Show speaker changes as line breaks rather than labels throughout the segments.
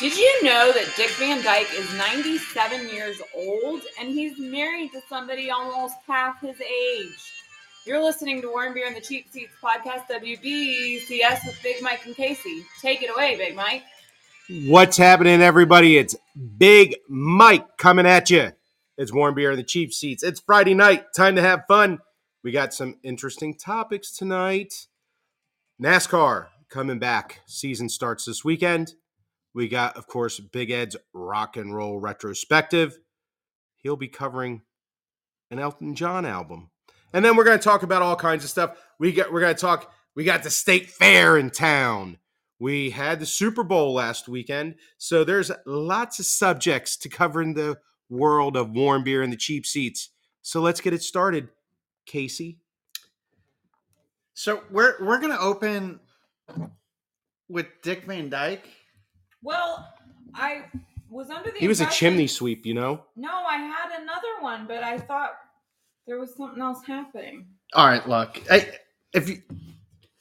Did you know that Dick Van Dyke is 97 years old and he's married to somebody almost half his age? You're listening to Warm Beer and the Cheap Seats podcast, WBCS, with Big Mike and Casey. Take it away, Big Mike.
What's happening, everybody? It's Big Mike coming at you. It's warm beer in the cheap seats. It's Friday night. Time to have fun. We got some interesting topics tonight. NASCAR coming back. Season starts this weekend. We got, of course, Big Ed's rock and roll retrospective. He'll be covering an Elton John album. And then we're going to talk about all kinds of stuff. We got we're going to talk we got the state fair in town. We had the Super Bowl last weekend. So there's lots of subjects to cover in the world of warm beer and the cheap seats. So let's get it started, Casey.
So we're we're gonna open with Dick Van Dyke.
Well, I was under the
He was a
impression-
chimney sweep, you know?
No, I had another one, but I thought there was something else happening.
All right, look, I, if you,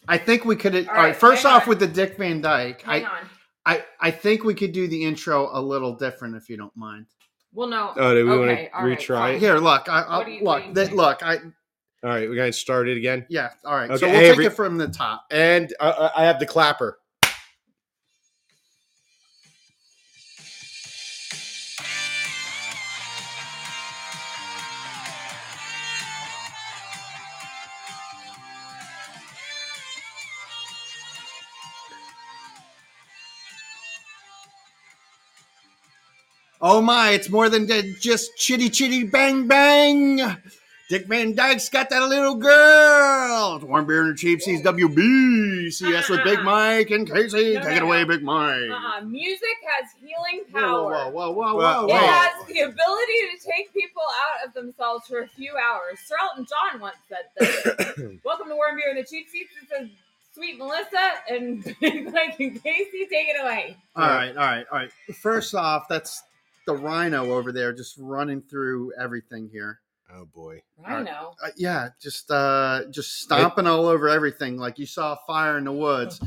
I think we could. All right,
All right,
first
hang
off
on.
with the Dick Van Dyke,
Hang
I,
on.
I I think we could do the intro a little different if you don't mind.
Well, no.
Oh, do
Okay,
we
all
want
right,
to retry
fine.
it?
Here, look, I,
What
I'll
do you- what do
look.
you
That,
think?
look, I
All right, we're going to start it again.
yeah. All right, so
Okay,
we'll
hey,
take
every-
it from the top.
And uh, I have the clapper.
Oh my, it's more than that, just chitty chitty bang bang. Dick Van Dyke's got that little girl. It's Warm beer and a cheap C's WBCS with Big Mike and Casey.
Uh-huh. No, no,
Take it away,
no.
Big Mike.
Uh-uh. Music has healing
Whoa,
power.
whoa, whoa, whoa,
Well,
whoa,
It
Wow.
whoa.
has the ability to take people out of themselves for a few hours. Sir Elton John once said
Oh,
this. Welcome to Warm Beer and the Cheap Seats. This is Sweet Melissa and Big Mike and Casey. Take it away.
All right, all right, all right. First off, that's the rhino over there just running through everything here.
Oh, boy.
I know.
Uh, yeah, just uh just stomping all over everything like you saw a fire in the woods.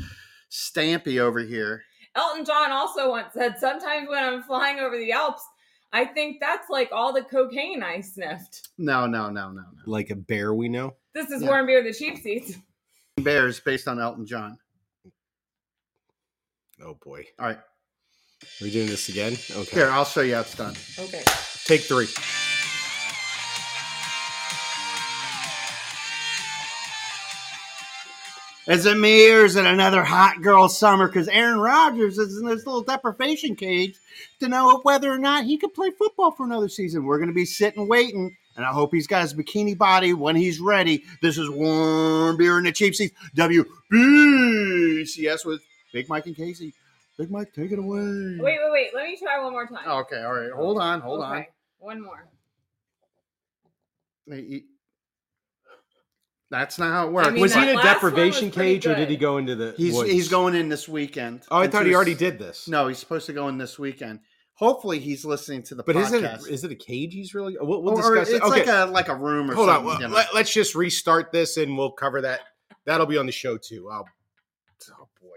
Stampy over here.
Elton John also once said, Sometimes when I'm flying over the Alps, I think that's like all the cocaine I sniffed.
No, no, no, no, no.
Like a bear we know?
This is
Yeah.
Warm Beer and the Cheap Seats.
Bears based on Elton John.
Oh, boy.
All right.
Are we doing this again? Okay.
Here, I'll show you how it's done.
Okay.
Take three.
Is it me or is it another hot girl summer? Because Aaron Rodgers is in this little deprivation cage to know if whether or not he could play football for another season. We're going to be sitting waiting, and I hope he's got his bikini body when he's ready. This is warm beer in the cheap seats. WBCS with Big Mike and Casey. Big Mike, take it away.
Wait, wait, wait. Let me try one more time.
Okay, all right. Hold on, Oh, hold
okay. One more.
on. He- That's not how it works.
I mean,
was he
that
in a
last one
deprivation
was pretty
cage or did he
good.
go into the.
He's
woods?
he's going in this weekend.
Oh, I
Into
thought he
his-
already did this.
No, he's supposed to go in this weekend. Hopefully, he's listening to the
But is it,
podcast.
is it a cage he's really. We'll, we'll
Or- or
discuss it.
It's
okay.
like a like a room or
Hold on.
something.
Well,
you know.
let, us just restart this and we'll cover that. That'll be on the show too. I'll, oh boy.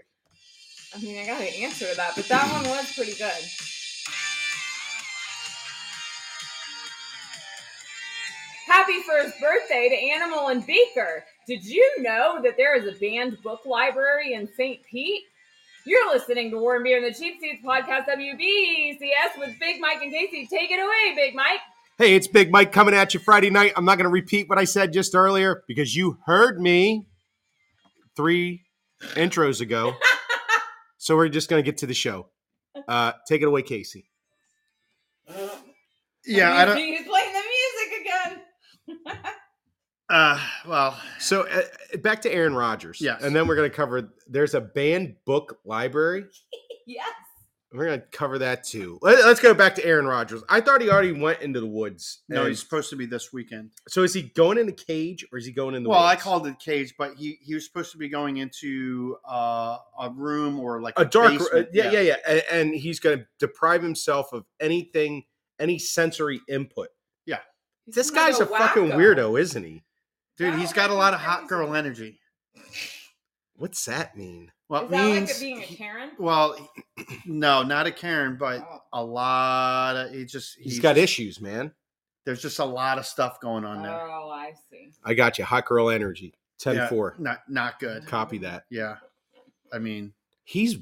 I mean, I got to answer to that, but that one was pretty good. Happy first birthday to Animal and Beaker. Did you know that there is a banned book library in St. Pete? You're listening to Warren Beer and the Cheap Seats podcast, WBCS, with Big Mike and Casey. Take it away, Big Mike.
Hey, it's Big Mike coming at you Friday night. I'm not going to repeat what I said just earlier because you heard me three intros ago. so we're just going to get to the show. Uh, take it away, Casey.
yeah, I don't.
He's playing the music again.
Uh, well,
So uh, back to Aaron Rodgers.
Yes.
And then we're going to cover there's a banned book library.
yes.
We're going to cover that too. Let, us go back to Aaron Rodgers. I thought he already went into the woods.
no,
and-
he's supposed to be this weekend.
So is he going in the cage or is he going in the
Well, I
woods?
called it cage, but he he was supposed to be going into uh, a room or like
a dark
basement.
uh, yeah, yeah, yeah, And, and he's going to deprive himself of anything, any sensory input.
He's
This
like
guy's a fucking
wacko.
weirdo, isn't he?
Dude,
Wow,
he's got a
that's
lot of hot
crazy.
girl energy.
What's that mean?
Well,
Is
it
that
means
like a being a
he-
Karen?
well, no, not a Karen, but
Oh.
a lot of he just
He's got
just-
issues, man.
There's just a lot of stuff going on there.
Oh, I see.
I got you. Hot girl energy. 10
Yeah,
4.
Not not good.
Copy that.
Yeah, I mean,
He's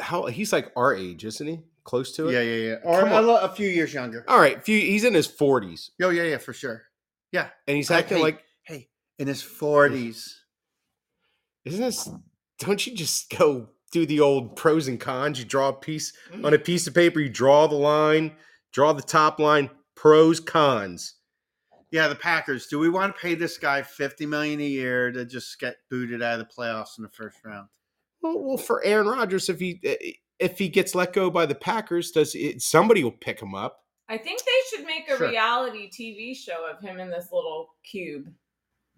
how he's like our age, isn't he? Close to it.
yeah, yeah, yeah, or
Come
a,
on.
lo- a few years younger.
All right. Few, he's in his 40s
Oh yeah, yeah, for sure.
and he's
I-
acting
hey,
like,
hey, in his forties.
isn't this, don't you just go do the old pros and cons? You draw a piece on a piece of paper, you draw the line, draw the top line, pros, cons.
Yeah, the Packers. Do we want to pay this guy fifty million a year to just get booted out of the playoffs in the first round?
Well, well for Aaron Rodgers, if he eh, if he gets let go by the Packers, does it, somebody will pick him up?
I think they should make a
Sure.
reality TV show of him in this little cube.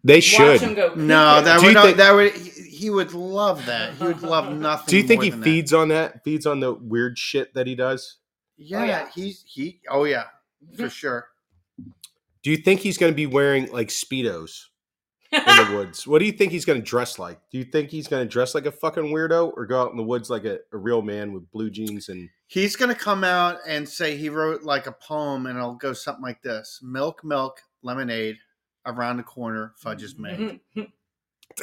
They
Watch
should.
him go.
No,
cuckoo.
that
Do you
would
think-
that would he, he would love that. He would love nothing.
Do you think
more
he
than that.
feeds on that? Feeds on the weird shit that he does?
Yeah,
yeah.
he's he. Oh yeah, for sure.
Do you think he's going to be wearing like speedos in the woods? What do you think he's going to dress like? Do you think he's going to dress like a fucking weirdo or go out in the woods like a, a real man with blue jeans and
He's gonna come out and say he wrote like a poem, and it'll go something like this: "Milk, milk, lemonade, around the corner, fudge is
Mm-hmm.
made."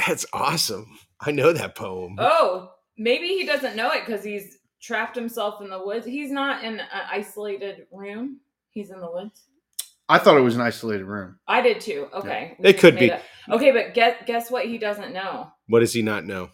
that's awesome. I know that poem.
oh, maybe he doesn't know it because he's trapped himself in the woods. He's not in an isolated room. He's in the woods.
I thought it was an isolated room.
I did too. Okay,
It could
made
be.
up- Okay, but guess guess what? He doesn't know.
What does he not know?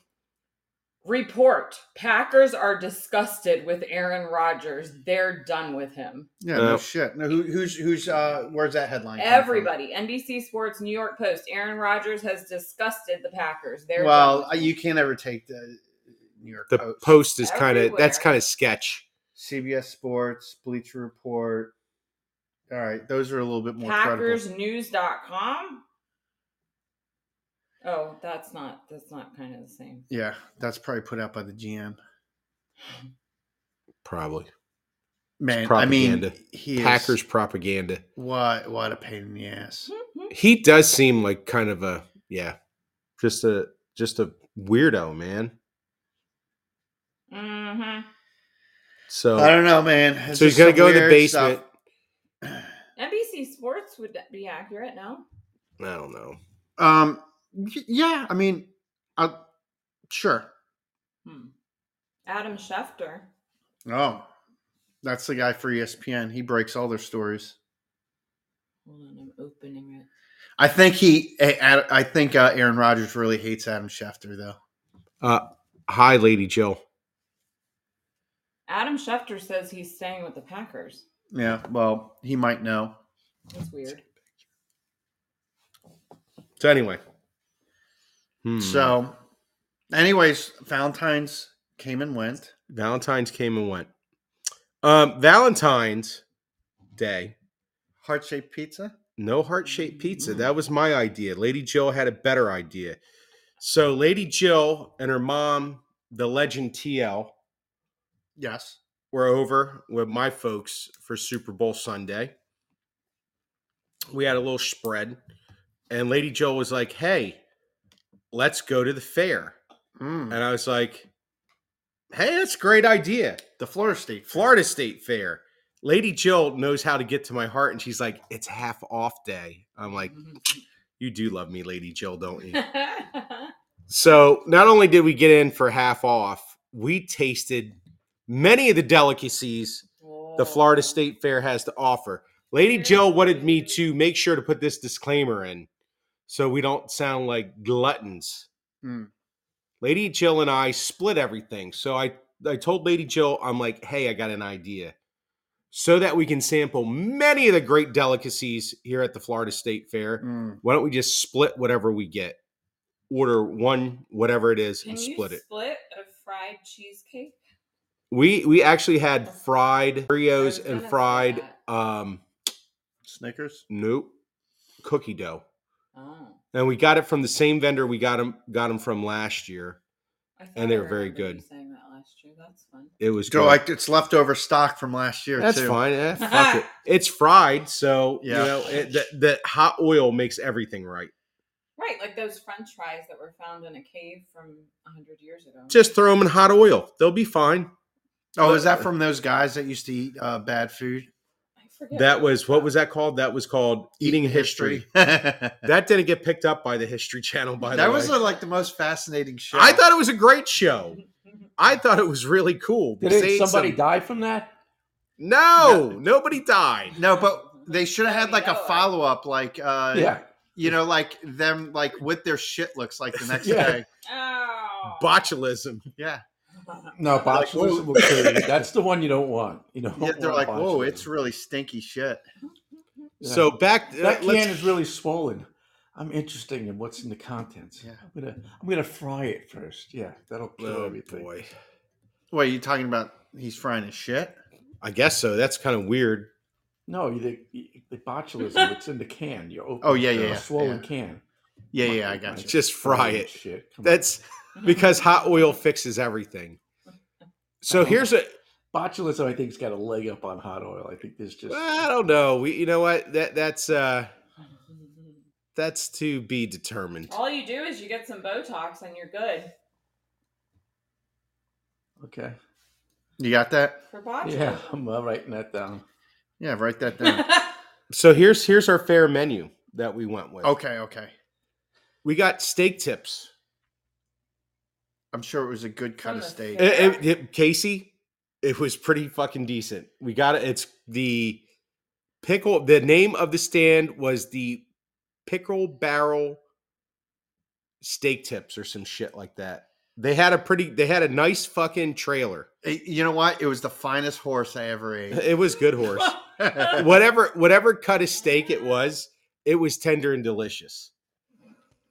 Report: Packers are disgusted with Aaron Rodgers. They're done with him.
Yeah,
Oh.
no shit. No, who, who's who's uh, where's that headline? come from?
Everybody, NBC Sports, New York Post. Aaron Rodgers has disgusted the Packers. They're done
Well,
with
uh, you can't ever take the New York
The
Post,
post is kind of that's
Everywhere.
kind of sketch.
CBS Sports, Bleacher Report. All right, those are a little bit more credible.
packersnews.com oh that's not that's not kind of the same
Yeah, that's probably put out by the GM.
Probably
Man, I
propaganda.
mean, he
Packers
Is,
propaganda.
what what a pain in the ass.
Mm-hmm.
He does seem like kind of a yeah, just a just a weirdo man.
hmm
So
I don't know, man. It's
so he's
just
gonna
some
go in the
weird
basement.
stuff.
nbc sports would that be accurate no
I don't know.
Um, y- yeah, I mean, I, sure.
hmm. adam schefter
Oh, that's the guy for E ESPN. He breaks all their stories.
hold on i'm opening it
I think he. I I think uh, Aaron Rodgers really hates Adam Schefter, though.
Hi, Lady Jill.
adam schefter says he's staying with the packers
Yeah, well, he might know.
that's weird
So anyway, Hmm.
So, anyways, Valentine's came and went.
Valentine's came and went. Um, Valentine's Day,
Heart shaped pizza.
no heart shaped pizza. That was my idea. Lady Jill had a better idea. So Lady Jill and her mom, the legend TL,
Yes.
were over with my folks for Super Bowl Sunday. We had a little spread, and Lady Jill was like, "Hey, let's go to the fair."
Mm.
And I was like, hey, that's a great idea.
The Florida State.
Florida State Fair. Lady Jill knows how to get to my heart, and she's like, it's half off day. I'm like,
Mm-hmm.
you do love me, Lady Jill, don't you? so not only did we get in for half off, we tasted many of the delicacies the Florida State Fair has to offer. Lady Jill wanted me to make sure to put this disclaimer in so we don't sound like gluttons.
Mm.
Lady Jill and I split everything. So I I told Lady Jill, I'm like, hey, I got an idea. So that we can sample many of the great delicacies here at the Florida State Fair,
Mm.
why don't we just split whatever we get? Order one, whatever it is,
Can
and
you
split it.
split a fried cheesecake
We we actually had fried
Oh, I was
Oreos
gonna
and
say
fried
that.
um
Snickers.
nope cookie dough.
oh
And we got it from the same vendor we got them got 'em from last year.
I thought
And
I
they were very
remembered you
good.
saying that last year that's fun
It was
So
good.
like it's leftover stock from last year.
That's
too.
fine. eh, fuck it. It's fried, so you
Yeah.
know it, the, the hot oil makes everything right.
Right, like those French fries that were found in a cave from hundred years ago.
Just throw them in hot oil. They'll be fine.
Oh, is that from those guys that used to eat uh, bad food?
I forget.
That was what was that called? That was called eating history.
that
That didn't get picked up by the History Channel. By the way,
was uh, like the most fascinating show.
I thought it was a great show. I thought it was really cool.
Did
because they
it,
ate some-
somebody die from that?
No, nobody died.
no, but they should have had like a
Yeah.
follow up, like uh,
yeah.
you know, like them like what their shit looks like the next
Yeah.
day.
Oh.
Botulism.
Yeah,
No, botulism will kill you. That's the one you don't want. You know,
Yeah, they're like, whoa, it's uh, really stinky shit.
So back uh,
that
let's-
can is really swollen. I'm interested in what's in the contents.
Yeah.
I'm gonna I'm gonna fry it first. Yeah, that'll kill
Oh
everything.
boy,
Wait, you talking about he's frying his shit?
I guess so. That's kind of weird.
No, you- the, you- the botulism. it's in the can. You open.
Oh, yeah,
it,
yeah,
a
yeah,
swollen
yeah.
can.
Yeah,
My-
yeah, I
my
got you.
Just fry
Holy
it.
Shit. come on.
That's because hot oil fixes everything. So
Okay.
here's a
botulism. I think's got a leg up on hot oil. I think there's just
I don't know. We you know what? That that's uh that's to be determined.
All you do is you get some Botox and you're good
okay.
You got that?
for botulism.
Yeah, I'm uh, writing that down.
Yeah, write that down.
So here's here's our fair menu that we went with.
okay, okay.
We got steak tips.
I'm sure it was a good cut
From
of
the
steak.
fair.
It- it- it- Casey, it was pretty fucking decent. We got it. It's the pickle. The name of the stand was the Pickle Barrel Steak Tips or some shit like that. They had a pretty. They had a nice fucking trailer.
Eh, You know what? It was the finest horse I ever ate.
It was good horse. whatever whatever cut of steak it was, it was tender and delicious.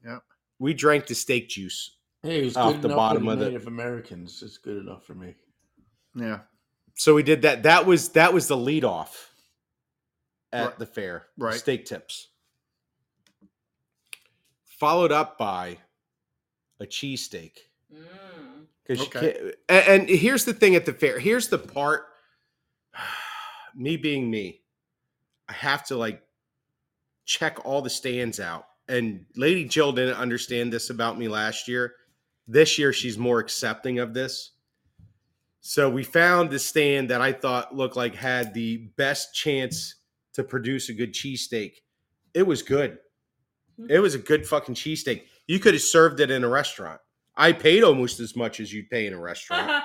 Yep.
We drank the steak juice.
Hey, it was
Off
good
the
enough
bottom
for
of
the
the-
Native Americans. It's good enough for me.
yeah,
So we did that. That was that was the lead off at
Right.
the fair.
Right.
Steak tips. Followed up by a cheesesteak.
Mm.
Because
Okay.
and, and here's the thing at the fair. Here's the part. me being me, I have to like check all the stands out. And Lady Jill didn't understand this about me last year. This year, she's more accepting of this. So we found the stand that I thought looked like had the best chance to produce a good cheesesteak. It was good. It was a good fucking cheesesteak. You could have served it in a restaurant. I paid almost as much as you'd pay in a restaurant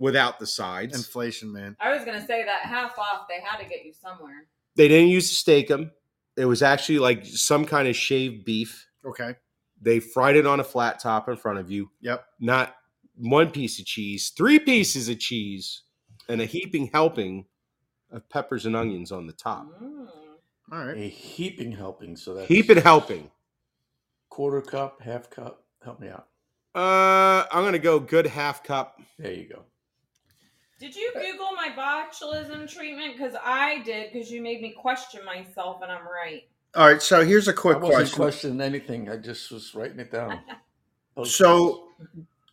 without the sides.
inflation, man.
I was gonna say that half off. They had to get you somewhere.
They didn't use the steakum. It was actually like some kind of shaved beef.
Okay.
They fried it on a flat top in front of you.
Yep.
Not one piece of cheese, three pieces of cheese, and a heaping helping of peppers and onions on the top.
Mm.
All right.
A heaping helping. So that's
Heap it helping.
quarter cup, half cup. Help me out.
Uh, I'm gonna go good half cup.
There you go.
Did you Google my botulism treatment? Because I did. Because you made me question myself, and I'm right.
All right. So here's a quick
I wasn't
question.
questioning anything. I just was writing it down. Oh,
So,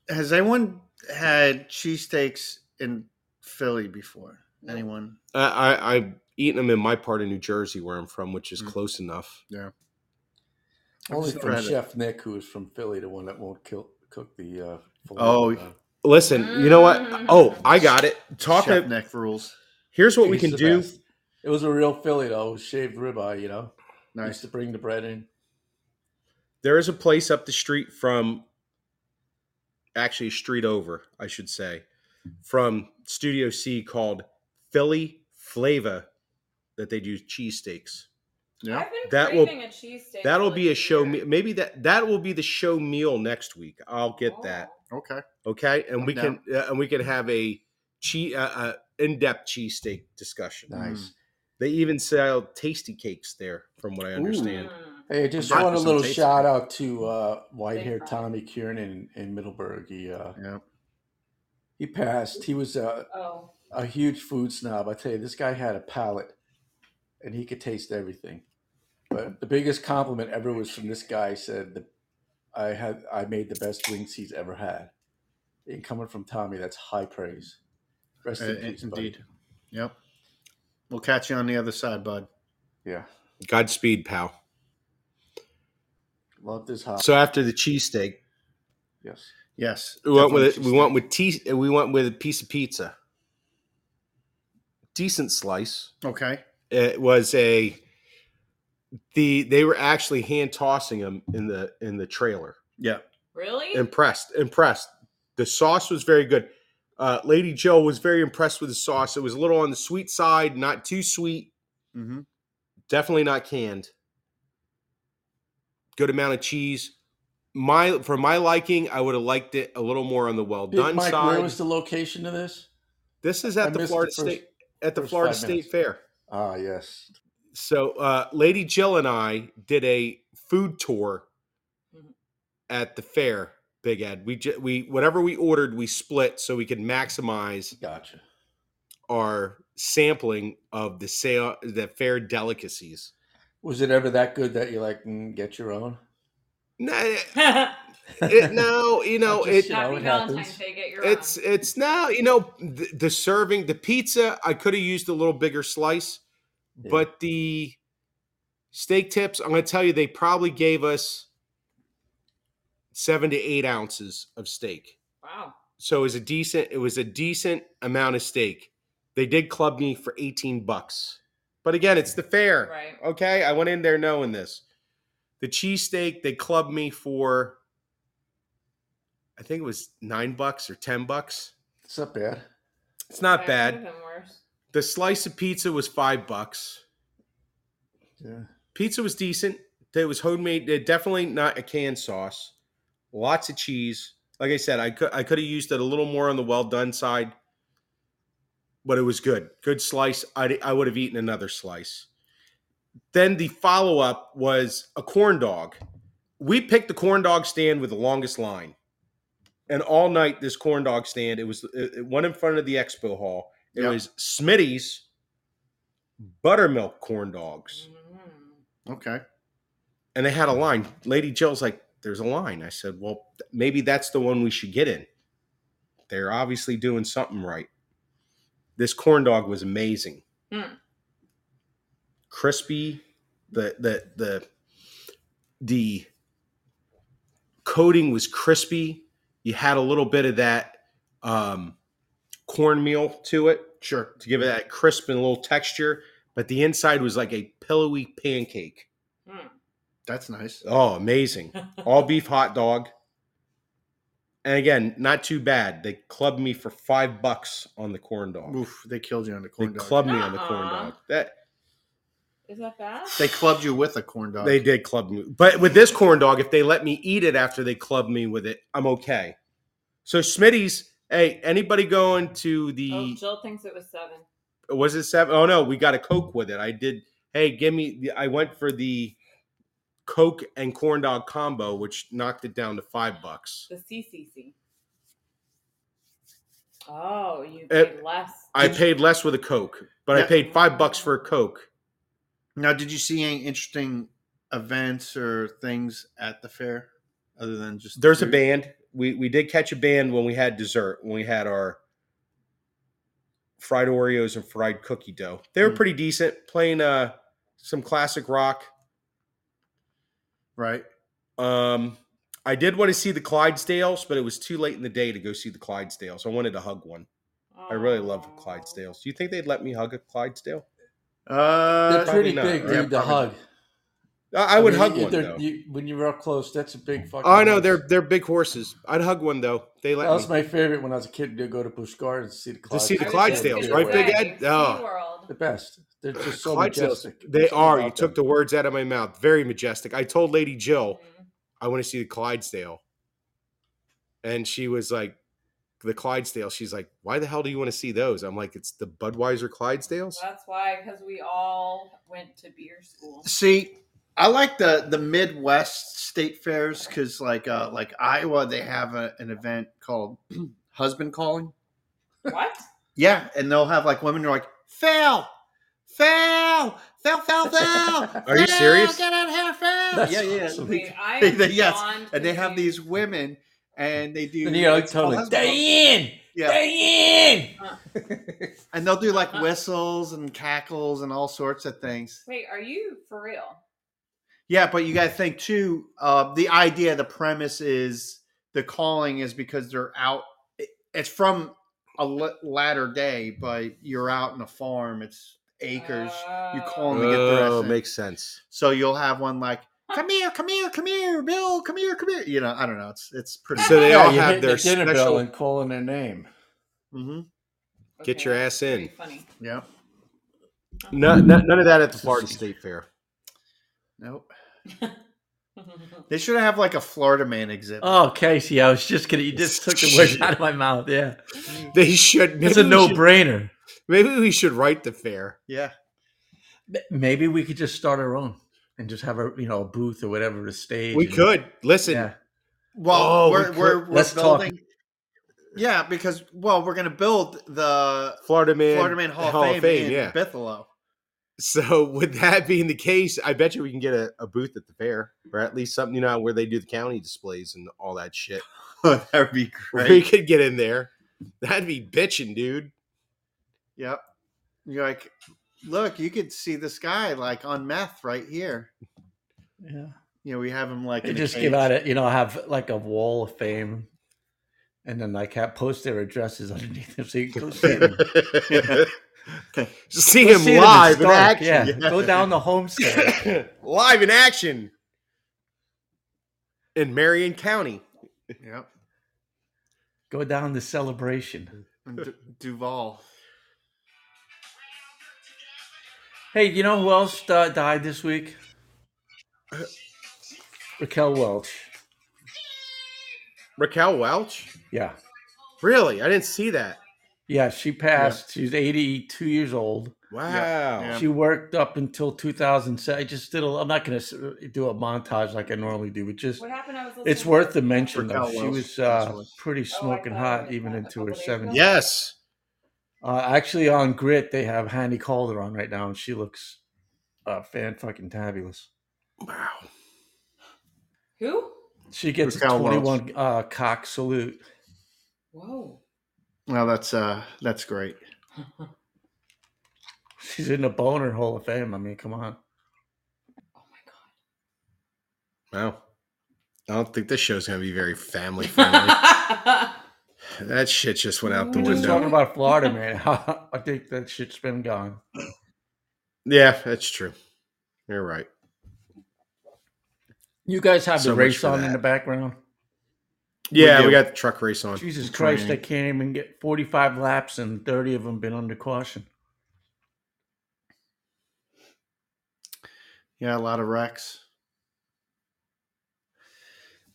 has anyone had cheesesteaks in Philly before?
No.
Anyone?
Uh, I I've eaten them in my part of New Jersey where I'm from, which is
Mm.
close enough.
only
just
from
read it.
Chef Nick, who is from Philly, the one that won't kill, cook the. Uh, filet,
Oh,
uh,
Listen, you know what? Oh, I got it. Talk.
Chef neck rules.
Here's what we
he's
can
the
do.
best. It was a real Philly though, shaved ribeye. You know, used
Nice.
to bring the bread in.
there is a place up the street from actually a street over i should say from studio c called philly flava that they do cheesesteaks
Yeah.
I've been
That will-
craving a cheesesteak.
that'll
all
be a
this
show
year.
me- maybe that that will be the show meal next week i'll get that
Oh.
Okay.
okay and we
I'm
can uh, and we can have a che- uh, uh, in-depth cheesesteak discussion
Nice.
Mm.
they even sell tasty cakes there from what i understand
Mm.
Hey, just
Got
want a
some
little
taste.
shout out to uh, white
Big
hair
fry.
Tommy Kieran in, in Middleburg. He uh,
Yeah.
he passed. He was a,
Oh,
a huge food snob. I tell you, this guy had a palate, and he could taste everything. But the biggest compliment ever was from this guy. He Said that I had I made the best wings he's ever had. And coming from Tommy, that's high praise. Rest
Uh,
in peace, buddy.
indeed. Yep. We'll catch you on the other side, bud.
Yeah.
godspeed pal
Loved his hot.
So after the cheesesteak,
yes.
yes, we went with it.
Definitely
We went with tea. uh, We went with a piece of pizza. Decent slice.
Okay.
It was a the they were actually hand tossing them in the in the trailer.
Yeah.
Really?
Impressed, impressed. The sauce was very good. Uh, Lady Joe was very impressed with the sauce. It was a little on the sweet side, not too sweet,
Mm-hmm.
definitely not canned. Good amount of cheese. My for my liking, I would have liked it a little more on the well
Big
done
Mike,
side.
where was the location of this?
this is
I
at the
missed the
Florida
first-
State at the
first
Florida
five
State
minutes.
Fair.
Ah, yes.
So, uh, Lady Jill and I did a food tour
Mhm.
at the fair. Big Ed, we ju- we whatever we ordered, we split so we could maximize
Gotcha.
our sampling of the sale, the fair delicacies.
Was it ever that good that you're like, mm, get your own?
No, it,
Happy
it- no, you know
just
it.
You know, it
Valentine's
happens.
Day. Get your
It's
own.
it's now you know the, the serving the pizza. I could have used a little bigger slice,
Yeah.
but the steak tips. I'm going to tell you, they probably gave us seven to eight ounces of steak.
Wow.
So it was a decent. It was a decent amount of steak. They did club me for 18 bucks, but again, it's the fair.
Right.
Okay, I went in there knowing this. The cheesesteak they clubbed me for. I think it was nine bucks or ten bucks.
It's not bad.
It's not
Right,
bad.
could've been worse.
The slice of pizza was five bucks.
Yeah.
Pizza was decent. It was homemade. uh, Definitely not a canned sauce. Lots of cheese. Like I said, I could I could have used it a little more on the well done side, but it was good. Good slice. I I would have eaten another slice. Then the follow up was a corn dog. We picked the corn dog stand with the longest line, and all night this corn dog stand. It was uh, uh, one in front of the expo hall. It
Yep.
was Smitty's buttermilk corn dogs
Mhm.
Okay.
and they had a line. Lady Jill's like, "There's a line." I said, "Well, th- maybe that's the one we should get in." They're obviously doing something right. This corn dog was amazing,
Mm.
crispy. The the the the coating was crispy. You had a little bit of that um, cornmeal to it
Sure.
to give it that crisp and little texture, but the inside was like a pillowy pancake.
Mm.
That's nice.
Oh, amazing. All beef hot dog. And again, not too bad. They clubbed me for five bucks on the corn dog.
Oof, they killed you on the
Oh. they
corn dog.
clubbed me on the corn
Nuh-uh.
dog. That
Is that bad?
they clubbed you with a corn dog.
they did club me. But with this corn dog, if they let me eat it after they club me with it, I'm okay. So Smitty's, hey, anybody going to
Oh,
the
Jill thinks it was seven.
was it seven? Oh no, we got a Coke with it. I did hey, give me the- I went for the Coke and corn dog combo, which knocked it down to five bucks.
The CCC. Oh, you
Eh,
paid less.
I
Did you-
paid less with a Coke, but
Yeah.
I paid five bucks for a Coke.
Now, did you see any interesting events or things at the fair other than just
There's a
food?
band. We we did catch a band when we had dessert, when we had our fried Oreos and fried cookie dough. They
Hmm.
were
Mm.
pretty decent, playing uh some classic rock.
right?
Um I did want to see the Clydesdales, but it was too late in the day to go see the Clydesdales. I wanted to hug one.
Oh.
I really love
Aw.
Clydesdales. Do you think they'd let me hug a Clydesdale?
Uh,
They're
probably
pretty
not,
big,
right?
dude, to
Yeah, probably.
hug.
I, I would
mean,
hug
you-
one
they're-
though.
you- when you're up close, that's a big fucking.
oh, I know
horse.
they're they're big horses. I'd hug one though. They let
That was
me.
my favorite when I was a kid to go to Busch Gardens to see the
To
Clydesdales.
see
I was
the
just
Clydesdales,
gonna
right, Big
say,
Ed? Oh.
SeaWorld.
The best. They're just so
Clydesdales,
majestic.
They
Something
are. You
about
took the
them.
words out of my mouth. Very majestic. I told Lady Jill,
Mhm.
I want to see the Clydesdale. And she was like, the Clydesdale. She's like, why the hell do you want to see those? I'm like, it's the Budweiser Clydesdales.
That's why, because we all went to beer school.
See, I like the the Midwest state fairs because, like, uh, like Iowa, they have a, an event called Husband Calling.
What?
Yeah, and they'll have like women who are like fail, fail, fail, fail, fail.
Are you
fail,
serious?
Get out of here, fail.
That's
yeah, yeah.
awesome.
Wait, I
They-
am
they- yes,
beyond
And they have these
confused.
women, and they do.
And you're like
it's called
totally,
husband calling.
Diane!
Yeah,
Diane!
and they'll do like whistles and cackles and all sorts of things.
Wait, are you for real?
Yeah, but you got to think too. Uh, the idea, the premise is the calling is because they're out. it- It's from a l- latter day, but you're out in a farm. It's acres.
Uh.
You call him to get the
Oh,
rest.
makes sense.
so you'll have one like, "Come here, come here, come here, Bill, come here, come here." You know, I don't know. It's it's pretty.
So they
Yeah,
all
you
have
hitting the
their
dinner
special-
bell and calling their name.
hmm
Get your ass in.
Funny.
Yeah.
No, no- none of that at the Florida State Fair.
Nope. They should have like a Florida man exhibit.
Oh, Casey, I was just gonna. You just took the words out of my mouth. Yeah,
They should. Maybe,
it's a
we should-
no-brainer.
maybe we should write the fair.
Yeah.
M- Maybe we could just start our own and just have a you know a booth or whatever to stage.
We
and-
could listen.
Yeah.
Well,
Oh, we
we're,
could-
we are we are
Let's talk.
building. Yeah, because well, we're gonna build the
Florida Man,
Florida Man Hall, of Fame, in
yeah.
Bithelo.
So, with that being the case, I bet you we can get a, a booth at the fair, or at least something you know where they do the county displays and all that shit. Oh,
that would be
We
great.
could get in there. That'd be bitching, dude.
yep. You're like, look, you could see the sky like on meth right here.
Yeah.
You know, we have him like
They
in a
just
cage.
give out a you know have like a wall of fame, and then like have post their addresses underneath them so you can go see them.
See
Go
him
see them in
live in
Stark,
action.
Yeah.
yeah.
go down the homestead.
live in action in Marion County.
Yep.
go down the celebration.
And Du- Duval.
Hey, you know who else di- died this week? Raquel Welch.
Raquel Welch?
Yeah.
Really? I didn't see that.
Yeah, she passed. She's 82 years old.
Wow.
Yeah.
She worked up until 2007. I just did a, I'm not going to do a montage like I normally do, but just
What happened? I was
it's
listening-
worth the mention
Raquel
though. She
Welch,
was uh,
actually.
pretty smoking
thought
hot
it
even
was a
into her
couple days ago.
70s.
Yes.
Uh, actually, on Grit, they have Hanny Calder on right now, and she looks uh, fan fucking tabulous.
Wow.
Who?
She gets
Raquel
a
Welch.
21 uh, cock salute.
Whoa.
Well, that's uh, that's great.
She's in the Boner Hall of Fame. I mean, come on.
Oh my god.
Wow. I don't think this show's gonna be very family friendly. that shit just went out the
We're just
window.
talking about Florida, man. I think that shit's been gone.
Yeah, that's true. You're right.
You guys have
So
the
much
race
for
on in
that.
the background.
Yeah, we,
do.
got the truck race on.
Jesus Christ, I
Right.
can't even get 45 laps, and 30 of them been under caution.
Yeah, a lot of wrecks.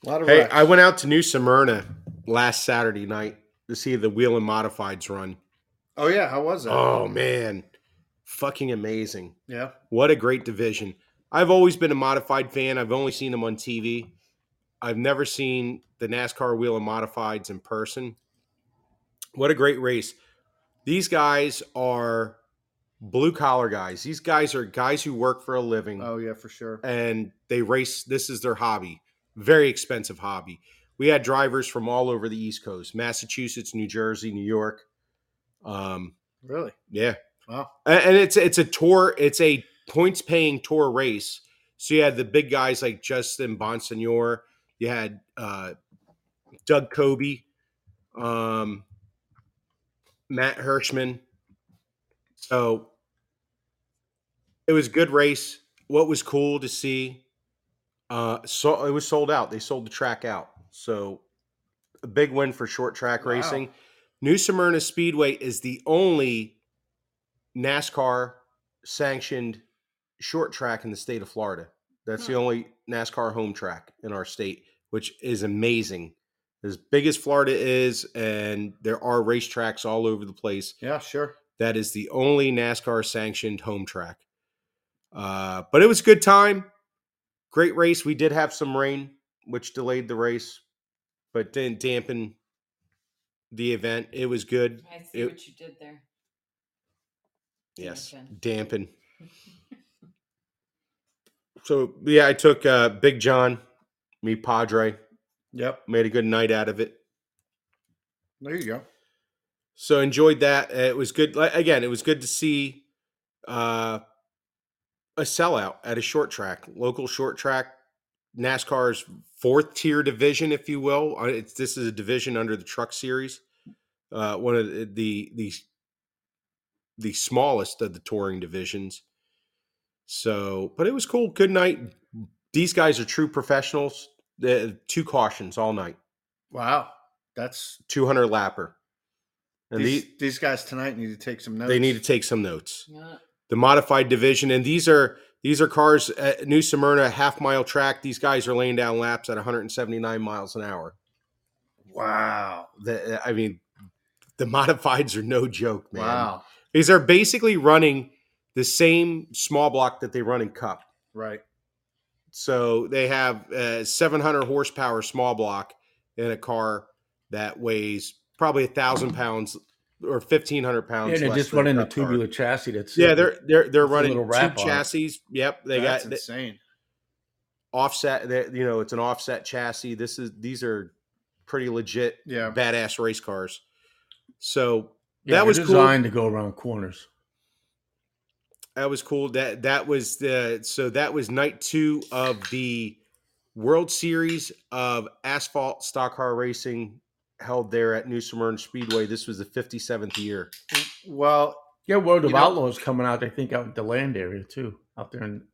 A lot of
Hey,
wrecks.
I went out to New Smyrna last Saturday night to see the Wheel and Modifieds run.
oh yeah, how was it?
Oh man. Fucking amazing.
yeah.
What a great division. I've always been a modified fan. I've only seen them on TV. I've never seen the NASCAR Wheel of Modifieds in person. What a great race. These guys are blue collar guys. These guys are guys who work for a living
Oh yeah, for sure.
and they race. This is their hobby, very expensive hobby. We had drivers from all over the East Coast Massachusetts, New Jersey, New York. Um,
Really?
yeah.
Wow.
A- And it's it's a tour, it's a points paying tour race. So you had the big guys like Justin Bonsignor, you had uh Doug Kobe, um Matt Hirschman. So it was a good race. What was cool to see, uh so it was sold out. They sold the track out. So a big win for short track
Wow.
racing. New Smyrna Speedway is the only NASCAR sanctioned short track in the state of Florida. That's the only NASCAR home track in our state, which is amazing. As big as Florida is, and there are racetracks all over the place,
Yeah, sure.
that is the only NASCAR sanctioned home track. Uh, but it was a good time. Great race. We did have some rain, which delayed the race, but didn't dampen the event. It was good.
I see
It-
what you did there.
Yes,
Dampen.
dampen. So yeah, I took uh, Big John, me Padre,
Yep.
made a good night out of it.
There you go.
So enjoyed that. Uh, It was good. Like, again, it was good to see uh, a sellout at a short track, local short track, NASCAR's fourth tier division, if you will. Uh, It's, this is a division under the Truck Series, uh, one of the, the the the smallest of the touring divisions. So, but it was cool. Good night. These guys are true professionals. The two cautions all night,
Wow, that's
two hundred lapper, and
these,
these,
these guys tonight need to take some notes.
they need to take some notes.
Yeah.
the modified division and these are these are cars at new smyrna half mile track these guys are laying down laps at 179 miles an hour
Wow,
the, i mean the modifieds are no joke man
wow,
these are basically running the same small block that they run in cup
right.
so they have a 700 horsepower small block in a car that weighs probably a thousand pounds or 1500 pounds
Yeah, they're
less
just
than a
running a
Cup car.
tubular chassis. That's uh,
yeah they're they're they're
It's a
running
little
two
wrap on it.
chassis yep they
that's
got
insane.
offset that you know it's an offset chassis this is these are pretty legit
yeah,
badass race cars so
Yeah,
that
they're
was cool.
designed to go around corners.
that was cool that that was the so that was night two of the world series of asphalt stock car racing held there at new smyrna speedway this was the 57th year
well,
Yeah, World
You
of
know-
Outlaws coming out. I think out in the land area too, out there in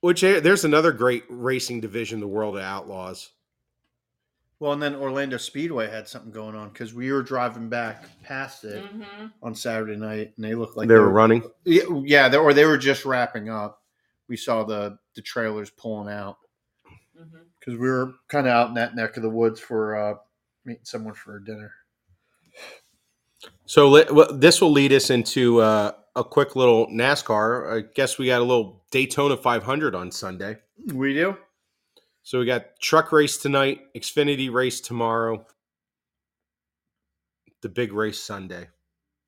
which eh, there's another great racing division the world of outlaws
well, and then Orlando Speedway had something going on because we were driving back past it
Mhm.
on Saturday night, and they looked like
they were running
Yeah, yeah, they, or they were just wrapping up. We saw the the trailers pulling out
Mhm.
because we were kind of out in that neck of the woods for uh, meeting someone for dinner.
So let, well, this will lead us into uh, a quick little NASCAR. I guess we got a little Daytona 500 on Sunday.
We do.
So we got truck race tonight, Xfinity race tomorrow, the big race Sunday.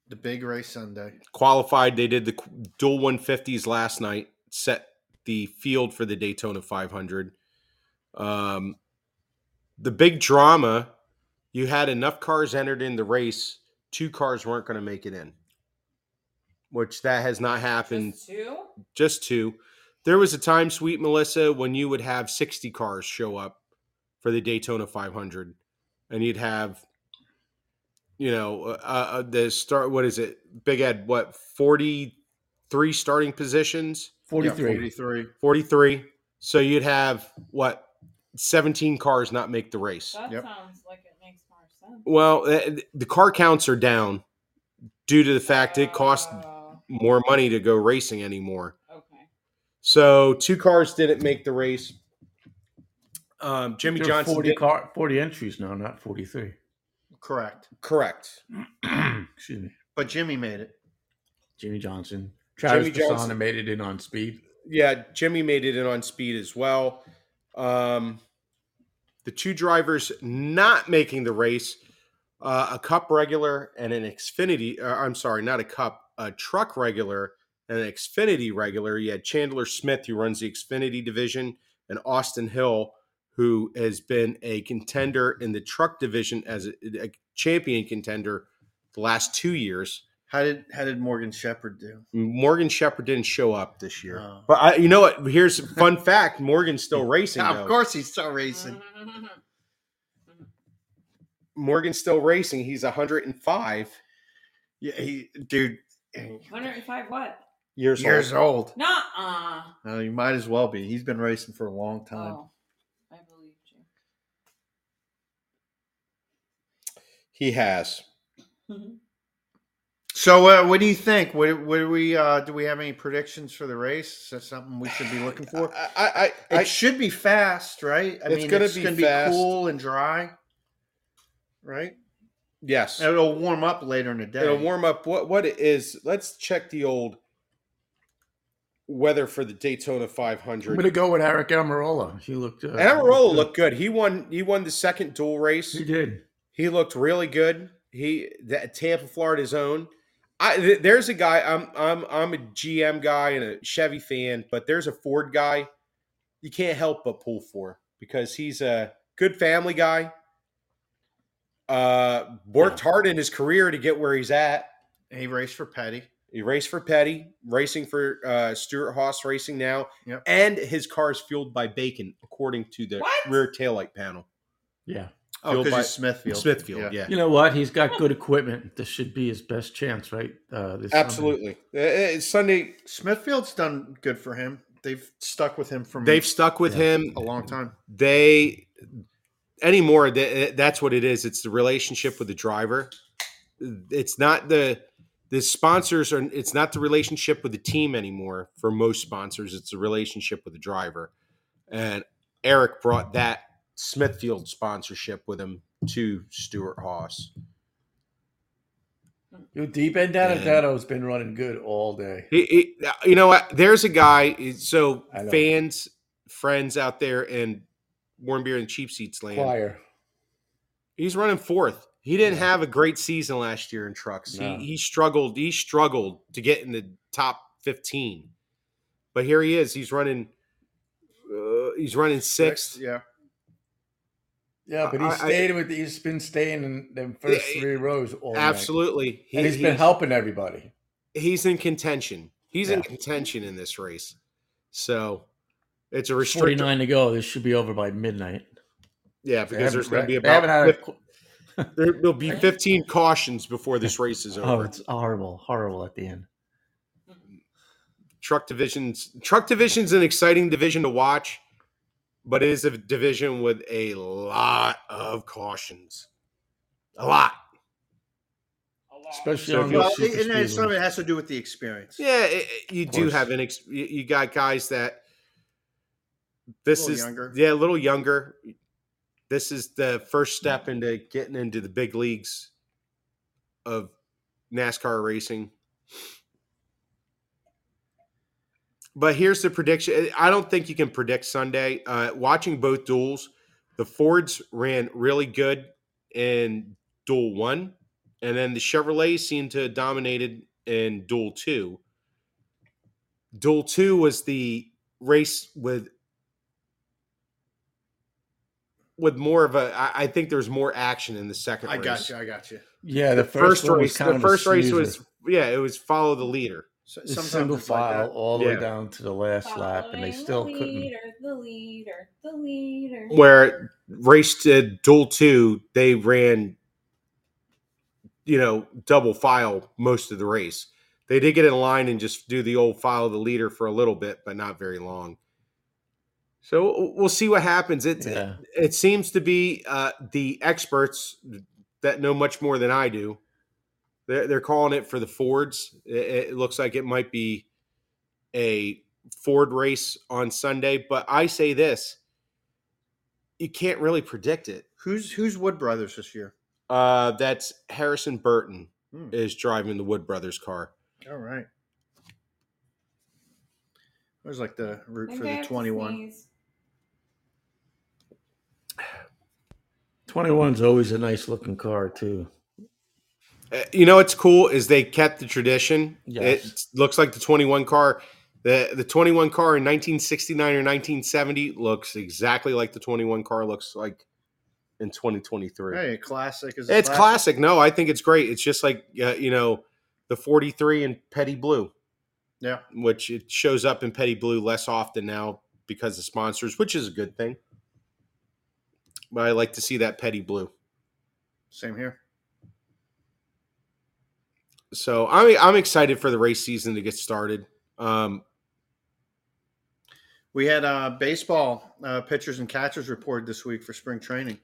The big race Sunday.
Qualified, they did the qu- dual 150s last night, set the field for the Daytona 500. Um, the big drama, you had enough cars entered in the race, two cars weren't going to make it in. Which that has not happened
Just two?
just two. There was a time, sweet Melissa, when you would have 60 cars show up for the Daytona 500, and you'd have, you know, uh, uh, the start. What is it? Big Ed, what 43 starting positions,
forty three.
Forty three.
43. So you'd have what 17 cars not make the race.
That
Yep.
sounds like it makes more sense.
Well, uh, the car counts are down due to the fact it costs
Oh,
more money to go racing anymore.
okay.
So two cars didn't make the race. Um, Jimmy
There are
Johnson,
forty
did,
car, forty entries now, not forty three.
Correct.
correct.
Excuse me,
But Jimmy made it.
Jimmy Johnson. Travis
Jimmy
Jimmy
Johnson.
made it in on speed.
Yeah, Jimmy made it in on speed as well. Um, the two drivers not making the race, uh, a Cup regular and an Xfinity. Uh, I'm sorry, not a Cup, a Truck regular and an Xfinity regular. You had Chandler Smith, who runs the Xfinity division, and Austin Hill, who has been a contender in the Truck division as a, a champion contender the last two years.
How did how did Morgan Shepherd do?
Morgan Shepherd didn't show up this year.
Oh.
But I, you know what? Here's a fun fact: Morgan's still racing.
Yeah,
though.
of course he's still
Mm-hmm.
racing.
Morgan's still racing. He's 105
Yeah, he dude. Years,
105 what?
years, old.
old.
Nuh-uh.
No, you uh, might as well be. He's been racing for a long time.
Oh, I believed you.
He has.
So, uh, what do you think? What, what do we uh, do? We have any predictions for the race? Is that something we should be looking
I,
for?
I, I,
It
I
should be fast, right? I
It's
mean,
gonna
it's
be
going to be
fast.
cool and dry, right?
yes.
And it'll warm up later in the day.
It'll warm up. What what it is? Let's check the old weather for the Daytona
I'm
500.
gonna go with Eric Amarola. He looked. Uh,
Amarola
good.
looked good. He won. He won the second dual race.
He did.
He looked really good. He that Tampa, Florida's own. I th- there's a guy. I'm I'm I'm a GM guy and a Chevy fan, but there's a Ford guy you can't help but pull for because he's a good family guy. Uh, worked hard in his career to get where he's at.
He raced for Petty.
He raced for Petty, racing for uh, Stuart Haas Racing now,
Yep.
and his car is fueled by bacon, according to the
What?
rear taillight panel.
Yeah.
Oh,
Field
because
by-
he's Smithfield.
Smithfield, yeah.
You know what? He's got good equipment. This should be his best chance, right? Uh, this Sunday.
Absolutely. Uh, uh, Sunday,
Smithfield's done good for him. They've stuck with him for
they've stuck with
Mm-hmm. Yeah.
him.
a long time.
They, anymore, th- eh, that's what it is. It's the relationship with the driver. It's not the, the sponsors are, it's not the relationship with the team anymore for most sponsors. It's the relationship with the driver. And Eric brought that Smithfield sponsorship with him to Stuart Haas.
Yo, Deep end Danadato has been running good all day.
He- he- you know what? There's a guy. So
I know.
fans, friends out there in warm beer and cheap seats land.
Choir.
He's running fourth. He didn't
Yeah.
have a great season last year in trucks.
No.
He, he struggled. He struggled to get in the top fifteen. But here he is. He's running. Uh, he's running sixth.
Yeah.
Yeah, but
I-
he
I-
stayed with. He's been staying in the first
Yeah,
three rows all night.
Absolutely. He,
and he's been helping everybody.
he's in contention. He's in
Yeah.
contention in this race. So it's a
Forty
restricted.
nine to go. This should be over by midnight.
Yeah,
They
because there's
haven't-
going to be
they haven't
about
had a qu-
There will be 15 cautions before this race is
Oh,
over.
it's horrible, horrible at the end.
truck divisions, truck division's an exciting division to watch, but it is a division with a lot of cautions. A lot.
Especially
So if
on
you-
those
Well,
super
it, and it's some of
speedways.
it has to do with the experience.
Yeah, it, it- you
Of
do
course.
have an ex, you, you got guys that this
Little
is
younger.
yeah, a little younger. This is the first step into getting into the big leagues of NASCAR racing. But here's the prediction. eh, I don't think you can predict Sunday. Uh, watching both duels, the Fords ran really good in duel one, and then the Chevrolet seemed to have dominated in duel two. Duel two was the race with with more of a. I, I think there's more action in the second.
I
race.
got you. I got you.
Yeah, the, first,
First,
one was
race.
kind
The
of
first
a
race
snoozer.
was yeah. It was follow the leader.
So,
It's single
it's like
file
that.
all the
Yeah.
way down to the last lap, and they
Following
still
the
couldn't.
leader, The leader, the leader.
where race to duel two, they ran, you know, double file most of the race. They did get in line and just do the old follow the leader for a little bit, but not very long. So we'll see what happens. It's,
Yeah,
It seems to be uh, the experts that know much more than I do. They're, they're calling it for the Fords. It, it looks like it might be a Ford race on Sunday, but I say this you can't really predict it.
Who's who's Wood Brothers this year?
Uh, that's Harrison Burton
Hmm.
is driving the Wood Brothers car.
All right. There's like the root
Think
for
I
the
have to
21.
sneeze.
twenty one's always a nice looking car too.
Uh, You know what's cool is they kept the tradition. It
Yes.
looks like the 21 car. The, the 21 car in 1969 or 1970 looks exactly like the 21 car looks like in 2023.
Hey, classic is a
It's classic. No, I think it's great. It's just like, uh, you know, the 43 in Petty Blue.
Yeah.
Which it shows up in Petty Blue less often now because of sponsors, which is a good thing. But I like to see that Petty Blue.
Same here.
So I'm, I'm excited for the race season to get started. Um,
We had uh, baseball uh, pitchers and catchers reported this week for spring training.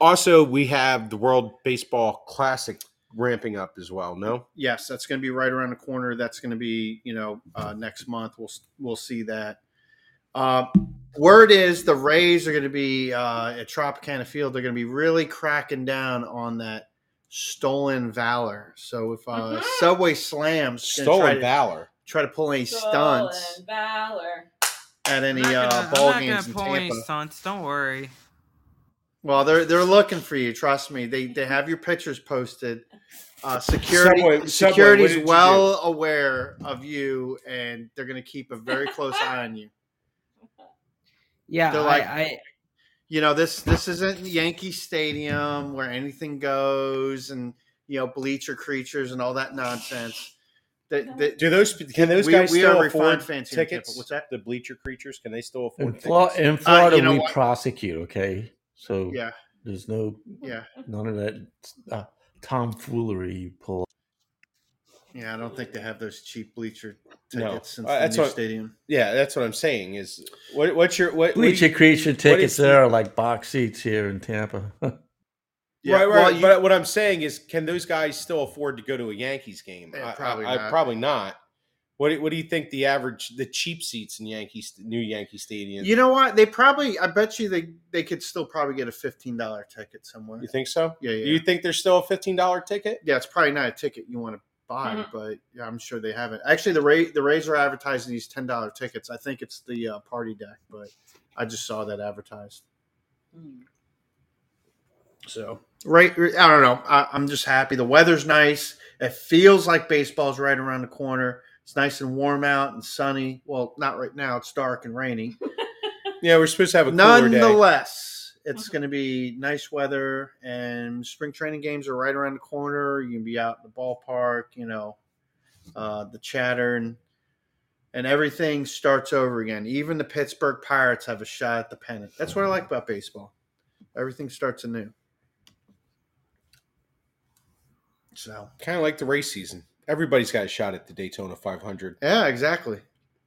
also, we have the World Baseball Classic ramping up as well. No?
Yes, that's going to be right around the corner. That's going to be you know uh, next month. We'll we'll see that. Uh, word is the Rays are going to be uh, at Tropicana Field. They're going to be really cracking down on that stolen valor. So if uh,
Mhm.
Subway slams gonna try
Stolen
to-
Valor.
try to pull any stunts
Stolen valor.
at any
I'm not
uh,
gonna-
ball
I'm not
games in
gonna pull any
Tampa.
stunts. Don't worry.
Well, they're they're looking for you. Trust me. They they have your pictures posted. Uh, security
Subway- Subway, what
security's
did you
well aware of you, and they're going to keep a very close eye on you.
Yeah,
They're I- like- You know this this isn't Yankee Stadium where anything goes, and you know bleacher creatures and all that nonsense. That, that,
Do those can those
We-
guys
we
still
are
afford
refined fans here in Tampa.
tickets?
What's that?
The bleacher creatures can they still
In,
afford tickets?
Fla- in Florida,
know
we
what?
prosecute. Okay, so
yeah,
there's no
yeah,
none of that uh, tomfoolery you pull.
yeah. I don't think they have those cheap bleacher tickets
No.
since
Uh,
the
that's
new
what-
stadium.
Yeah, that's what I'm saying. Is what, what's your what? what do
Bleacher
you-
creature tickets
is-
there are like box seats here in Tampa.
Yeah,
right, right.
well, you-
but what I'm saying is, can those guys still afford to go to a Yankees game?
Yeah,
I- I-
Eh, probably
I,
not.
probably not. What do, what do you think the average the cheap seats in Yankees new Yankee Stadium?
You know what? They probably. I bet you they they could still probably get a fifteen dollar ticket somewhere.
You think so?
Yeah, yeah.
You think there's still a fifteen dollar ticket?
yeah, it's probably not a ticket you want to buy,
Mhm.
but yeah, I'm sure they haven't. Actually, the Ra- the Rays are advertising these ten dollar tickets. I think it's the uh, party deck, but I just saw that advertised.
Hmm.
So right, I don't know. I, I'm just happy. The weather's nice. It feels like baseball's right around the corner. It's nice and warm out and sunny. Well, not right now. It's dark and rainy.
Yeah, we're supposed to have a cooler day. Mm-hmm.
Nonetheless, it's going to be nice weather, and spring training games are right around the corner. You can be out in the ballpark. You know, uh, the chatter and and everything starts over again. Even the Pittsburgh Pirates have a shot at the pennant. That's what I like about baseball. Everything starts anew. So
Kind of like the race season. Everybody's got a shot at the Daytona 500.
yeah, exactly.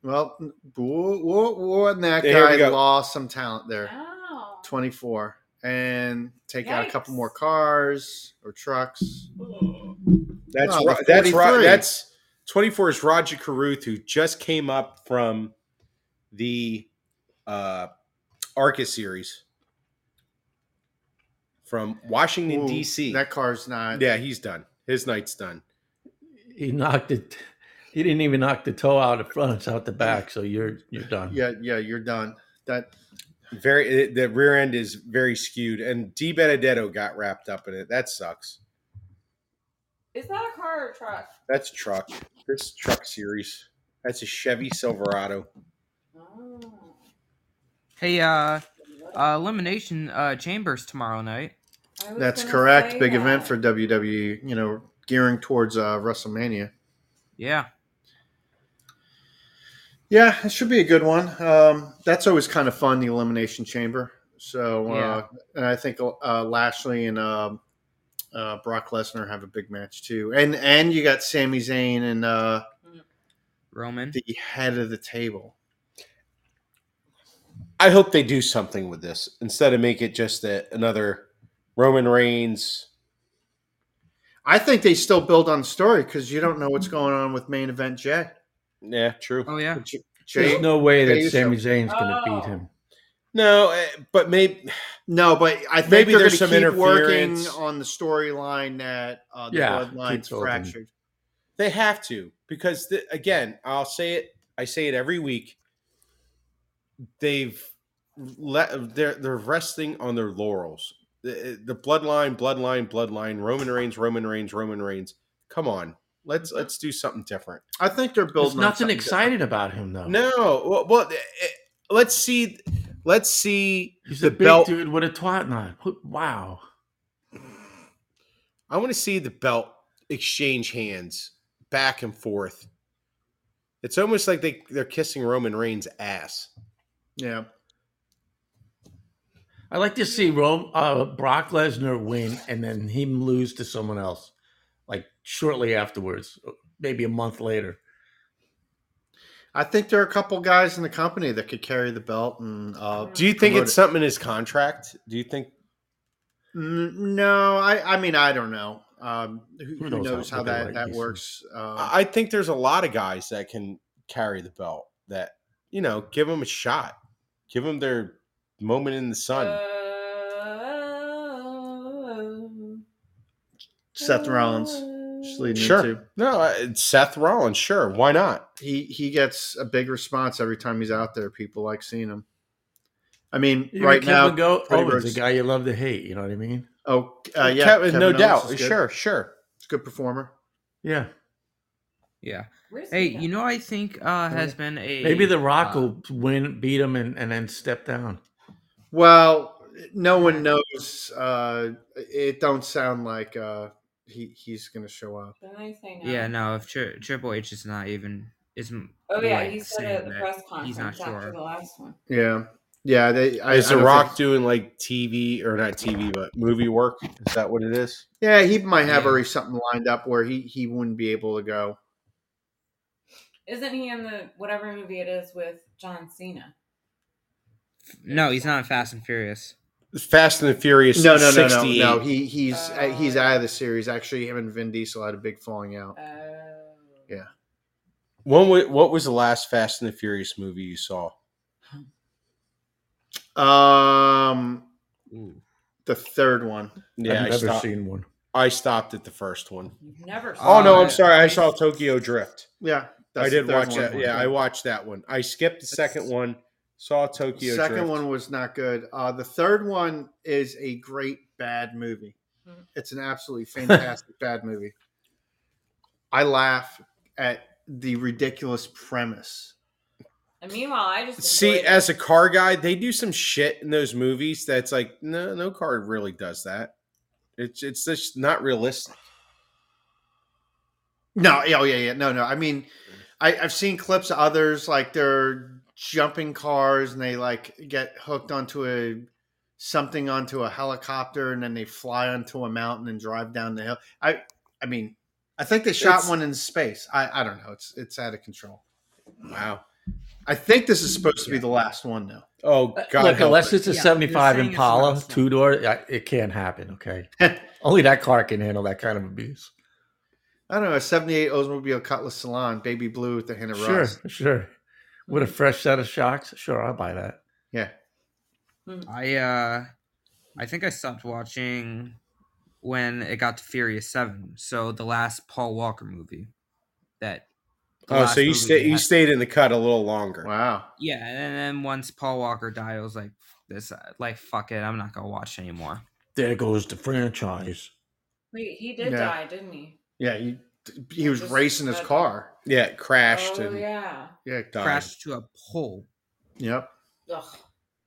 Well, mm, whoa, whoa, whoa, and that
Yeah, here we
guy
go.
lost some talent there.
Oh.
24 and take out a couple
Yikes.
more cars or trucks.
That's
Well,
Ro-
the
that's Ro-
43.
that's 24 is Roger Carruth who just came up from the uh Arca series from Washington
Ooh,
DC.
That car's not.
yeah, he's done. His night's done.
he knocked it. He didn't even knock the toe out of front; it's out the back. So you're you're done.
Yeah, yeah, you're done. That
Very eh, the rear end is very skewed and D Benedetto got wrapped up in it. That sucks.
Is that a car or a truck?
That's truck. This truck series. That's a Chevy Silverado.
Oh.
Hey, uh, uh, Elimination uh, Chambers tomorrow night.
I was
that's
gonna
correct.
say
Big event
that.
for WWE, you know, gearing towards uh, WrestleMania.
Yeah.
Yeah, it should be a good one. Um, that's always kind of fun, the Elimination Chamber. So, uh, and I think uh, Lashley and um uh, Brock Lesnar have a big match too. And and you got Sami Zayn and uh,
Roman.
the head of the table.
I hope they do something with this instead of make it just a, another Roman Reigns.
I think they still build on the story because you don't know what's going on with main event Jay.
Yeah, true.
Oh yeah.
Jay,
There's no way
Jay
that
Uso.
Sami Zayn's going to
Oh.
beat him.
No, eh, but maybe
no, but I think
Maybe
they're
there's
going to
some
keep working
interference.
on the storyline that uh, the
Yeah,
bloodline's
keep building.
fractured.
they have to because the, again, I'll say it. I say it every week. They've let they're they're resting on their laurels. The, eh, the bloodline, bloodline, bloodline. Roman Reigns, Roman Reigns, Roman Reigns. Come on, let's let's do something different.
I think they're
There's
building. on
nothing
something
exciting about him though.
No, well, well eh, let's see, let's see
he's
the
a big
belt
dude with a twat knot. Wh- Wow.
I want to see the belt exchange hands back and forth. It's almost like they, they're kissing Roman Reigns' ass.
different.
I like to see Rome, uh, Brock Lesnar win and then him lose to someone else, like shortly afterwards, uh, maybe a month later.
Yeah, I think there are a couple guys in the company that could carry the belt, and uh,
Do you think
Promote
it's
it.
something in his contract? Do you think?
mm, no, I, I mean, I don't know. Um, who, who knows,
knows
how,
how- what
that
they like,
that
you see.
works? Uh,
I I think there's a lot of guys that can carry the belt. That you know, give them a shot, give them their moment in the sun.
Uh, Oh.
Seth Rollins. Just leading
Sure.
into-
no, I- it's Seth Rollins, sure, why not?
he he gets a big response every time he's out there. People like seeing him. I mean,
Even
right
Kevin
now,
Go-
Cody
Owens,
Rhodes-
the guy you love to hate. You know what I mean?
oh uh, yeah,
Kevin, no
Owens
doubt, uh,
is good.
sure, sure.
he's a good performer.
Yeah.
Yeah.
Where's
Hey,
he
you know I think uh has been a
Maybe The Rock
uh,
will win, beat him, and, and then step down.
Well, no one knows. Uh, it don't sound like uh, he he's gonna show up.
Didn't they say no?
Yeah, no. If Tri- Triple H is not even is
Oh yeah,
like
he said it at
saying
the
that
press
he's
conference
not
after
sure.
the last one.
Yeah, yeah. They I,
Is
I
The
don't
Rock
think-
doing like TV or not TV, but movie work? Is that what it is?
yeah, he might have
Yeah.
already something lined up where he he wouldn't be able to go.
Isn't he in the whatever movie it is with John Cena?
No, he's not in Fast and Furious.
Fast and the Furious.
No, no, no, no,
68.
no. He he's uh, he's out of the series. Actually, him and Vin Diesel had a big falling out.
Oh,
Yeah.
When wa- what was the last Fast and the Furious movie you saw?
Um, the third one.
Yeah, I
I've never
stopped,
seen one.
I stopped at the first one.
you've never.
Oh
seen
no,
it.
I'm sorry. I saw Tokyo Drift.
Yeah,
I
the
did
third
watch
one.
that. Yeah, I watched that one. I skipped the second one. Saw Tokyo.
second
Drift.
one was not good. Uh, the third one is a great bad movie.
Mhm.
It's an absolutely fantastic bad movie. I laugh at the ridiculous premise.
And meanwhile, I just
See,
enjoyed it.
as a car guy, they do some shit in those movies that's like, no, no car really does that. It's it's just not realistic.
No, yeah, oh yeah, yeah, no, no. I mean,
Mm-hmm.
I, I've seen clips of others like they're jumping cars and they like get hooked onto a something onto a helicopter and then they fly onto a mountain and drive down the hill. I, I mean, I think they shot
It's-
one in space. I, I don't know. It's it's out of control.
Wow.
I think this is supposed to be the last one, though.
Oh God,
Look,
help
unless
us.
it's a
Yeah, you're
75
saying it's not-
Impala
it's not.
two door, it can't happen. Okay. Only that car can handle that kind of abuse.
I don't know. a 78 Oldsmobile Cutlass Salon, baby blue with the hint of
Sure,
rust.
sure. With a fresh set of shocks, sure, I'll buy that.
I uh, I think I stopped watching when it got to Furious Seven. So the last Paul Walker movie. That. the
oh,
last
so you
movie
stayed
that-
you stayed in the cut a little longer.
Wow.
Yeah, and then once Paul Walker died, I was like, "This, uh, like, fuck it, I'm not gonna watch anymore."
There goes the franchise.
Wait, he did
Yeah.
die, didn't he?
Yeah, he he was
Just-
racing his
that-
car.
Yeah, it crashed
oh
and
yeah.
Yeah.
died.
Crashed to a pole.
Yep.
Ugh.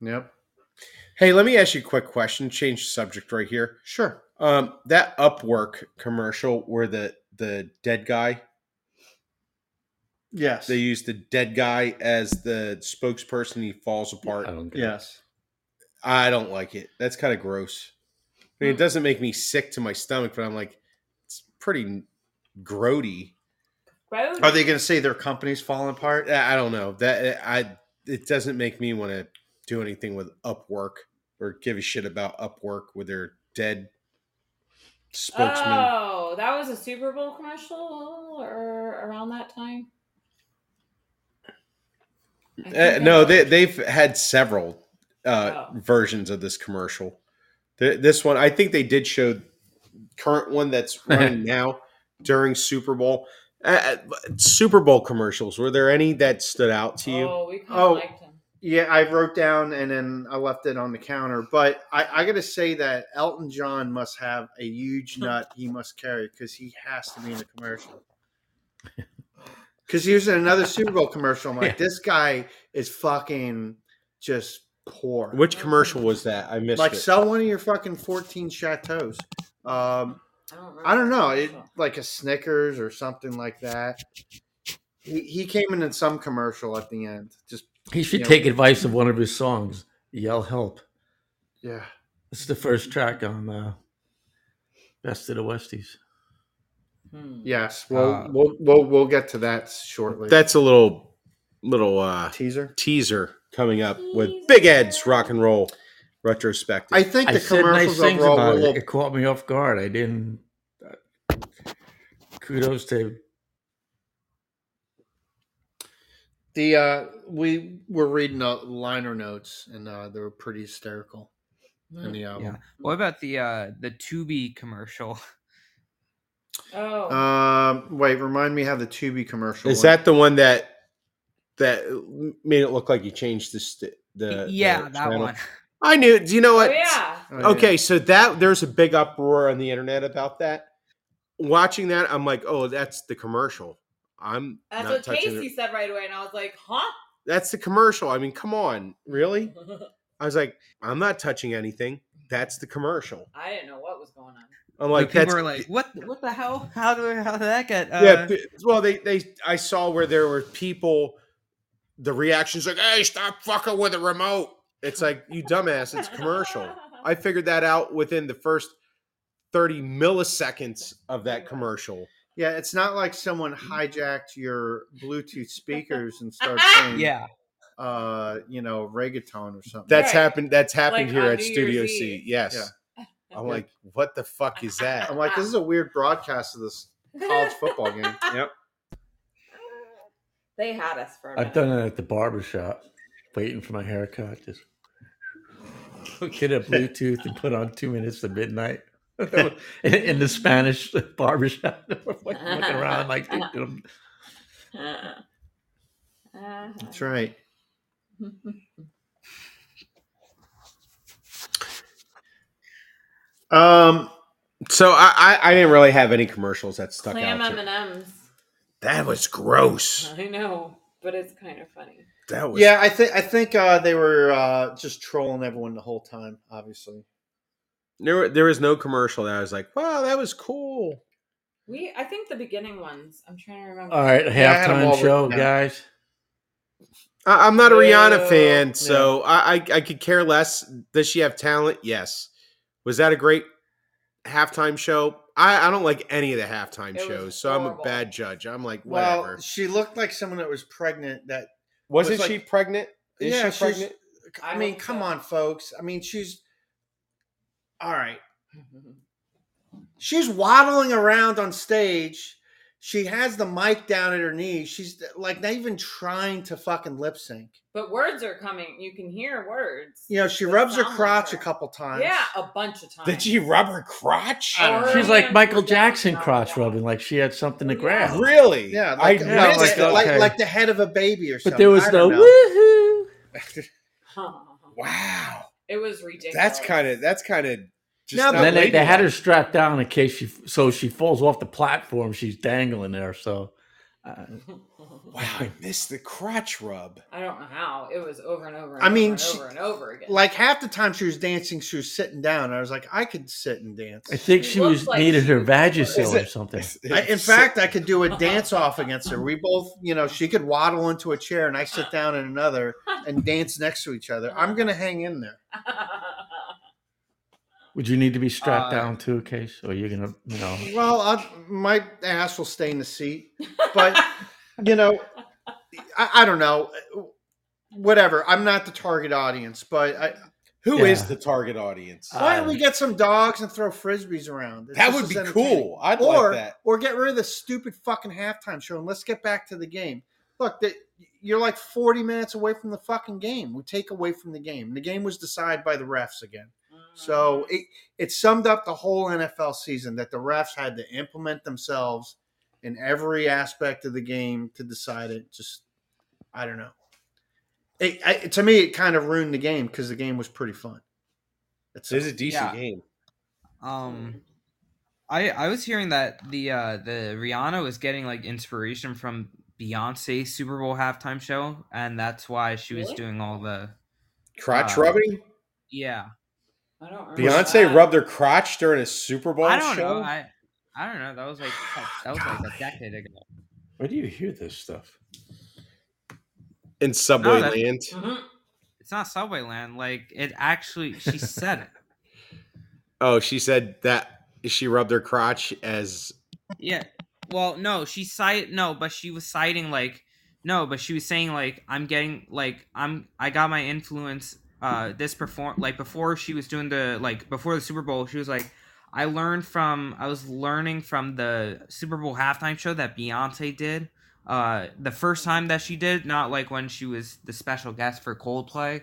Yep.
Hey, let me ask you a quick question. Change the subject right here.
Sure.
Um, that Upwork commercial where the the dead guy
Yes.
they use the dead guy as the spokesperson. He falls apart.
I don't get it.
yes.
I don't like it. That's kind of gross. I mean, it doesn't make me sick to my stomach, but I'm like, it's pretty grody.
Road.
Are they going to say their company's falling apart?
I I don't know that eh, I. It doesn't make me want to do anything with Upwork or give a shit about Upwork with their dead spokesman.
Oh, that was a Super Bowl commercial or around that time. I think
Uh,
I
no,
watched-
they they've had several uh,
Oh.
versions of this commercial. Th- this one, I think they did show current one that's running now during Super Bowl. Uh, uh, Super Bowl commercials. Were there any that stood out to you?
Oh, we kind of
Oh.
liked him.
Yeah, I wrote down and then I left it on the counter. But I, I got to say that Elton John must have a huge nut he must carry because he has to be in the commercial. Because he was in another Super Bowl commercial. I'm like,
Yeah.
this guy is fucking just poor.
Which commercial was that? I missed
like,
it.
sell one of your fucking 14 chateaus. Um,
I don't, remember
I don't
the
know, it,
commercial.
like a Snickers or something like that. He, he came in in some commercial at the end. Just
He should
Yeah.
take advice of one of his songs, Yell Help.
yeah,
It's the first track on uh, Best of the Westies.
Hmm.
yes. We'll
Uh,
we'll, we'll we'll get to that shortly.
that's a little little uh,
teaser.
teaser coming up with Big Ed's Rock and Roll retrospective.
I think
I
the
said nice
commercials
things
overall were a
about it.
little.
It caught me off guard. I didn't. uh, Kudos to
The uh, we were reading the liner notes and uh, they were pretty hysterical in
Hmm.
the
Oh.
Yeah.
album.
What about the uh the Tubi commercial?
Oh,
Um, wait, remind me how the Tubi commercial
Is
went.
that the one that that made it look like you changed the st- the
yeah,
the
that
channel?
one.
I knew. Do you know
oh
what?
yeah.
Oh, yeah.
Okay, so that there's a big uproar on the internet about that. Watching that, I'm like, oh, that's the commercial. I'm
That's
not
what
touching
Casey
it.
said right away, and I was like, huh?
That's the commercial. I mean, come on, really? I was like, I'm not touching anything. that's the commercial.
I didn't know what was going on.
I'm
Like
like,
people
that's
are like, what? What the hell? How do? How did that get? Uh,
yeah. p- Well, they they I saw where there were people. The reactions like, "Hey, stop fucking with the remote." It's like you dumbass. It's commercial. I figured that out within the first thirty milliseconds of that commercial.
Yeah, it's not like someone hijacked your Bluetooth speakers and started saying,
yeah.
uh, you know, reggaeton or something.
That's
Right.
happened. That's happened
Like
here
on
at
New
Studio
Year's
C.
Eve.
Yes. I'm
Yeah.
like, what the fuck is that?
I'm like, this is a weird broadcast of this college football game.
Yep.
They had us for a minute.
I've done it at the barber shop, waiting for my haircut. Just get a Bluetooth and put on two minutes to midnight. in, in the Spanish barber shop, looking around like
Uh-huh.
That's right. Um,
So I, I I didn't really have any commercials that stuck
Uh-huh. Clam
out.
M
to-
and M's.
That was gross.
I know, but it's kind of funny.
That was
yeah, I think I think uh, they were uh, just trolling everyone the whole time. Obviously,
There were- there was no commercial that I was like, wow, that was cool.
We, I think the beginning ones. I'm trying to remember.
All right,
had 'em all
halftime
written
show,
down.
guys.
I, I'm not a Rihanna
Yeah,
fan, so I, I I could care less. Does she have talent? Yes. Was that a great halftime show? I, I don't like any of the halftime
It was
shows, so I'm a
horrible.
bad judge. I'm like, whatever.
well, she looked like someone that was pregnant. That
Wasn't
was like-
she pregnant? Is
yeah,
she
she's-
pregnant?
I
I
mean,
hope
come
so.
on, folks. I mean, she's all right. She's waddling around on stage. She has the mic down at her knee. She's like not even trying to fucking lip sync.
But words are coming. You can hear words.
You know, she
That
rubs her
sound like
crotch a
her.
couple times.
Yeah, a bunch of times.
Did she rub her crotch?
I don't know.
She's like Michael Jackson crotch rubbing, like she had something to grab.
Really?
Yeah,
I
like,
missed
yeah,
like,
that.
the, like,
okay.
like the head of a baby or something.
But there was
I don't
no
know.
woohoo.
wow.
It was ridiculous.
That's kind of that's kind of just
Now
not
And then they, they had her
ladylike.
strapped down in case she, so she falls off the platform. She's dangling there. So, uh,
Wow, I missed the crotch rub.
I don't know how it was over and over. And
I
over
mean,
and
she-
over and over again.
Like half the time she was dancing, she was sitting down. I was like, I could sit and dance.
I think
She
she was
looks like
needed her
she-
Vagisil or
Is
something.
I, in fact, I could do a dance off against her. We both, you know, she could waddle into a chair and I sit down in another and dance next to each other. I'm going to hang in there.
Would you need to be strapped
Uh,
down too, case, or you're gonna, you know?
Well, i my ass will stay in the seat, but you know, I, I don't know. Whatever. I'm not the target audience, but I,
Who is
Yeah.
the target audience?
Uh,
why don't we get some dogs and throw frisbees around? It's
Um, that
just
would be
as entertaining.
cool. I'd
or
like that.
or get rid of the stupid fucking halftime show and let's get back to the game. Look, that you're like 40 minutes away from the fucking game. We take away from the game. The game was decided by the refs again. So it it summed up the whole NFL season that the refs had to implement themselves in every aspect of the game to decide it. Just I don't know. It, I, to me, it kind of ruined the game because the game was pretty fun. It's
This is a decent
Yeah.
game.
Um, I I was hearing that the uh the Rihanna was getting like inspiration from Beyonce Super Bowl halftime show, and that's why she was
Really?
doing all the
Crotch
Uh,
rubbing?
yeah.
I don't remember
Beyonce
that.
rubbed her crotch during a Super Bowl
I don't
show?
know. I I don't know. That was like that was like a decade ago.
Where do you hear this stuff?
In Subway
No, that-
Land.
Mhm.
It's not Subway Land. Like it actually, she said it.
Oh, she said that she rubbed her crotch as
Yeah. Well, no, she cite no, but she was citing like no, but she was saying like I'm getting like I'm I got my influence. Uh, this perform like before she was doing the like before the Super Bowl, she was like, I learned from I was learning from the Super Bowl halftime show that Beyonce did. Uh, the first time that she did, not like when she was the special guest for Coldplay.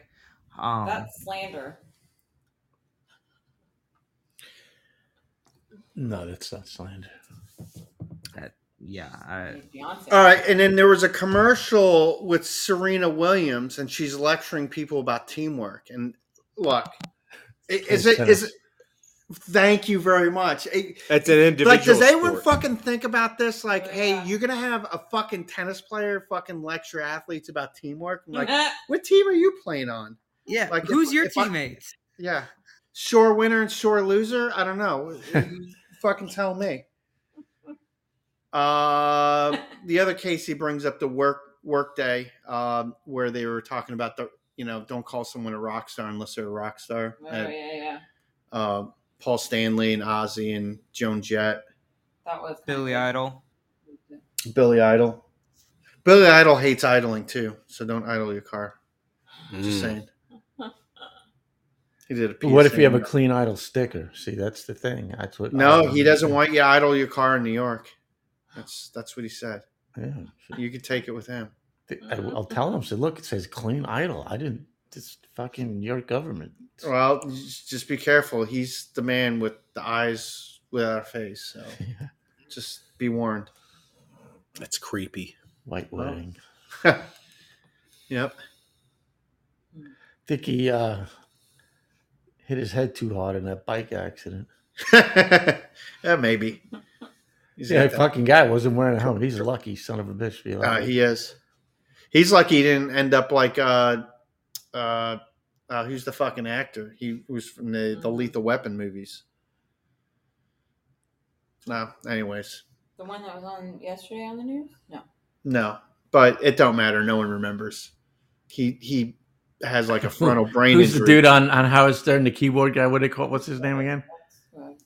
Oh.
Um,
That's slander.
No, that's not slander.
yeah,
Uh,
I,
Beyonce.
All right, and then there was a commercial with Serena Williams, and she's lecturing people about teamwork. And look, i- is it is it? Thank you very much. It-
that's an individual.
like, does anyone
sport.
fucking think about this? Like,
Oh,
hey,
yeah.
you're gonna have a fucking tennis player fucking lecture athletes about
Oh,
uh,
teamwork? I'm like, what team are you playing on?
yeah.
Like, if-
who's your
if I-
teammates?
Yeah, sore winner and sore loser. I don't know. You fucking tell me. Uh, the other case he brings up the work workday um, where they were talking about the you know don't call someone a rock star unless they're a rock star.
Oh,
Uh,
yeah, yeah.
uh, Paul Stanley and Ozzy and Joan Jett,
That was
Billy Idol.
Billy Idol. Billy Idol hates idling too, so don't idle your car.
Mm.
Just saying. He did a
But Mm. what if
PSA.
you have a clean idle sticker? See, that's the thing. That's what.
No,
I-
he doesn't want you to idle your car in New York. That's that's what he said.
Yeah.
You could take it with him.
I,
Mm-hmm.
will tell him. Say, look, it says clean idle. I didn't. It's fucking your government.
Well, just just be careful. He's the man with the eyes without a face. So
Yeah.
just be warned.
That's creepy.
White
Well.
wedding.
Yep.
think he uh, hit his head too hard in that bike accident.
yeah, maybe. He's
Yeah,
got
that fucking guy wasn't wearing a helmet. He's a lucky son of a bitch. Be
that- uh,
like,
he is. He's lucky he didn't end up like uh, uh, uh, who's the fucking actor? He was from the, the Lethal Weapon movies. No, anyways,
The one that was on yesterday on the news? No.
no, but it don't matter. No one remembers. He he has like a frontal brain
Who's the
injury
dude on, on Howard Stern, the keyboard guy? What do they call? What's his name again?
That's uh, who I was-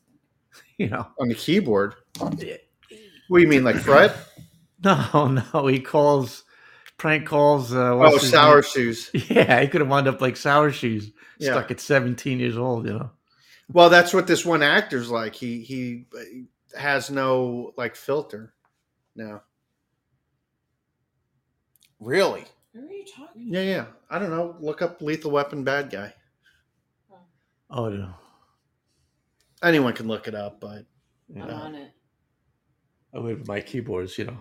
You know,
on the keyboard. What do you mean, like Fred?
no, no. He calls prank calls. Uh, what's
oh,
his
sour
name?
shoes.
Yeah, he could have wound up like sour shoes,
Yeah.
stuck at seventeen years old. You know.
Well, that's what this one actor's like. He he uh, has no like filter. No.
Really?
Who are you talking
Yeah, yeah. I don't know. Look up Lethal Weapon bad guy.
Oh no.
Anyone can look it up, but
to?
Uh,
I'm on it.
I with my keyboards. You know.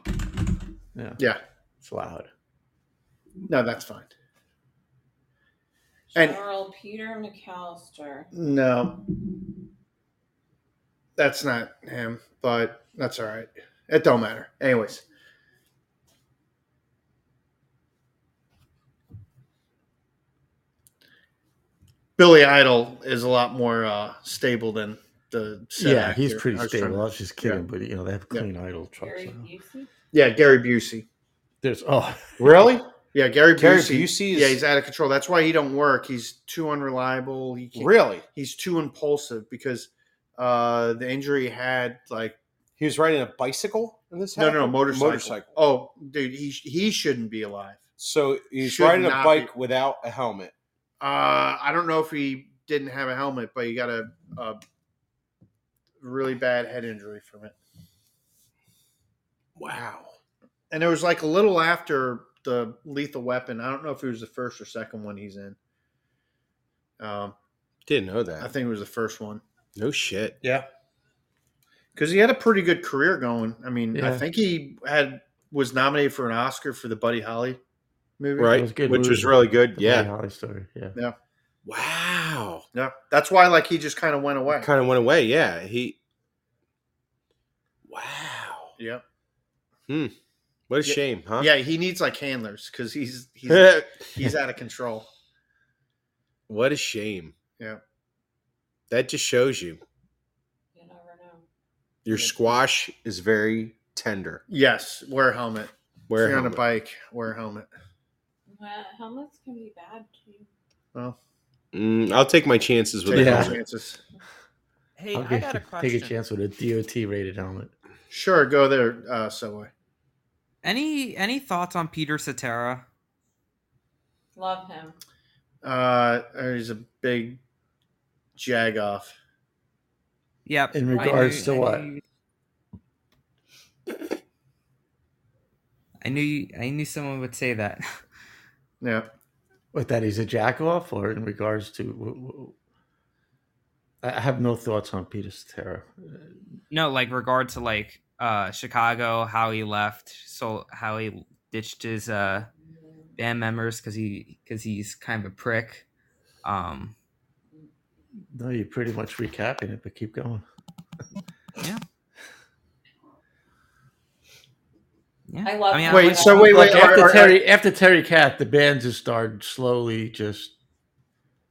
Yeah,
yeah,
it's loud.
no, that's fine. And-
General Peter McAllister.
No, that's not him, but that's all right. It don't matter. Anyways, Billy Idol is a lot more uh, stable than the. said
yeah, he's
actor.
pretty
I was trying
stable. I
to-
was just kidding,
yeah.
but you know they have
Yeah.
clean idle trucks.
Gary
so.
Busey?
Yeah, Gary Busey.
There's oh
Really?
Yeah, Gary,
Gary
Busey.
Busey is-
Yeah, he's out of control. That's why he don't work. He's too unreliable. He can't,
Really?
he's too impulsive because uh the injury he had like
He was riding a bicycle in this
no no no
happened?
motorcycle.
Motorcycle.
Oh, dude, he he shouldn't be alive.
So he's
Should
riding a
not
bike
be-
without a helmet.
Uh I don't know if he didn't have a helmet, but he got a, a really bad head injury from it.
Wow.
And it was like a little after the Lethal Weapon. I don't know if it was the first or second one he's in. Um,
Didn't know
I
that.
think it was the first one.
No shit.
Yeah. Because he had a pretty good career going. I mean, I
Yeah.
think he had was nominated for an Oscar for the Buddy Holly movie.
Right.
was good
Which
movie.
was really good.
the Buddy
Yeah.
Holly story. Yeah.
Wow.
Yeah. That's why like he just kind of went away.
Kind of went away. Yeah. He. Wow. Hmm.
Yeah.
What a
Yeah.
shame, huh?
Yeah, he needs like handlers because he's he's
Yeah.
he's out of control.
what a shame.
Yeah.
That just shows you
You never know.
your
Yeah.
squash is very tender.
Yes, wear a helmet. If
Where
you're on a bike, wear a helmet.
Well, helmets can be bad too.
Mm, I'll take my chances with
Take
a
no
Yeah.
helmet.
chances.
Hey,
Okay,
I got a question.
Take a chance with a DOT rated helmet.
Sure, go there, uh, Subway.
Any any thoughts on Peter Cetera?
Love him.
Uh, he's a big jag off.
Yep.
In
I
regards to
I
what?
knew- I knew you, I knew someone would say that.
Yeah.
What that he's a jack off, or in regards to? w- w- I I have no thoughts on Uh, Peter Cetera.
No, like regard to like uh Chicago, how he left, so how he ditched his uh band members because he because he's kind of a prick. Um,
No, you're pretty much recapping it, but keep going.
yeah.
I love
I mean,
him.
I
Wait,
Uh, like-
so wait, wait.
Like,
are-
after
are- are-
Terry, after Terry Cat, the band just started slowly just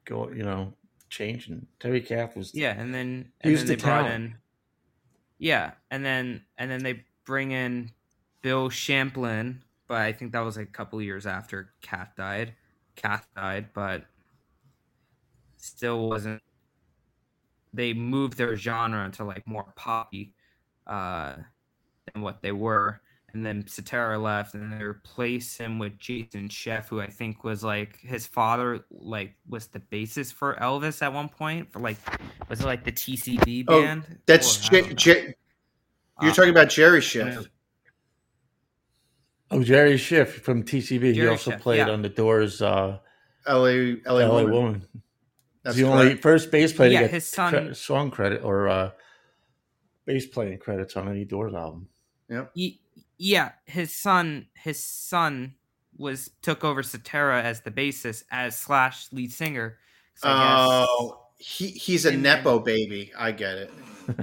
go, you know, changing. Terry Kath was
Yeah, and then
He
and
was
then
the
they brought
talent.
in. Yeah, and then and then they bring in Bill Champlin, but I think that was a couple years after Kath died. Kath died, but still wasn't. They moved their genre to like more poppy uh, than what they were, and then Satara left, and they replaced him with Jason Chef, who I think was like his father, like was the basis for Elvis at one point for like was it like the TCB
Oh,
band?
That's
Or I don't
J-
know.
J- you're
Uh,
talking about Jerry Schiff.
Oh, Jerry Schiff from TCB. he
Jerry
also
Schiff,
played
yeah.
on the Doors. Uh,
LA, LA,
LA
woman.
Woman.
That's
the only
correct.
first bass player
Yeah,
to get
his son-
cre- song credit or uh, bass playing credits on any Doors album.
Y- yeah, his son, his son was took over Satara as the bassist as slash lead singer. 'Cause I guess
Oh, he, he's a
In-
nepo baby. I get it.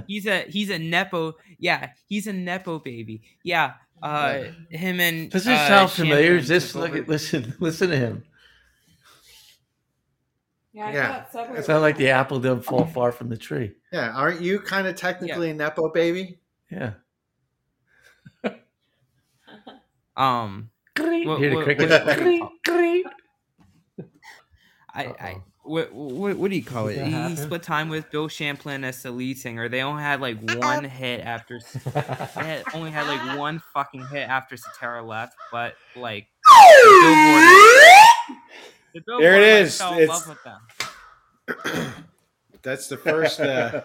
he's a he's a nepo. Yeah, he's a nepo baby. Yeah, uh, him and
Does this
uh,
sound familiar?
Champlin
Just
took
look
over-
at, listen, listen to him.
Yeah, I
Yeah.
thought Subway
It
was-
sounds like the apple didn't fall far from the tree.
Yeah, aren't you kind of technically a nepo baby?
Yeah.
um. What-
Hear the
what-
crickets?
what-
I, I
Uh-oh.
what, what what do you call
Did
it?
that
He
happen?
split time with Bill Champlin as the lead singer. They only had like one hit after they had, only had like one fucking hit after Satara left, but like the Billboard- the Billboard,
There it
like,
is.
Fell in
It's-
love with them.
That's the first uh,